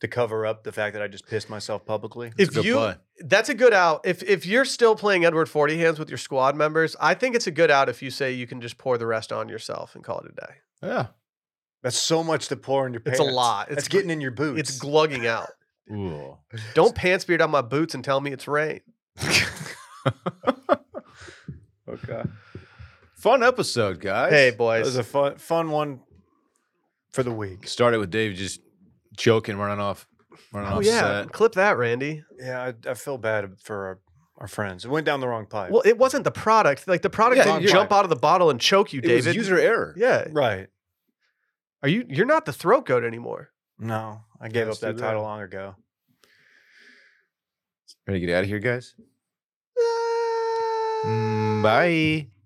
to cover up the fact that I just pissed myself publicly?
It's a
if
good
you,
play.
that's a good out. If if you're still playing Edward Forty Hands with your squad members, I think it's a good out if you say you can just pour the rest on yourself and call it a day.
Yeah.
That's so much to pour in your
It's
pants.
a lot.
It's
It's-
getting in your boots.
It's glugging out.
Ooh.
Don't pants beard on my boots and tell me it's rain.
okay.
Fun episode, guys.
Hey
That was
boys,
a fun fun one for the week.
Started with Dave just joking, running off. Running
Oh
off
yeah,
set.
clip that, Randy.
Yeah, I, I feel bad for our, our friends. It went down the wrong pipe.
Well, it wasn't the product. Like the product
Yeah,
didn't
you're-
jump out of the bottle and choke you,
It was
David.
user error.
yeah.
right.
Are you? You're not the throat goat anymore.
No, I gave
Let's
up that
do that.
title long ago.
Eh, Ready to get out of here, guys? Mm, bye.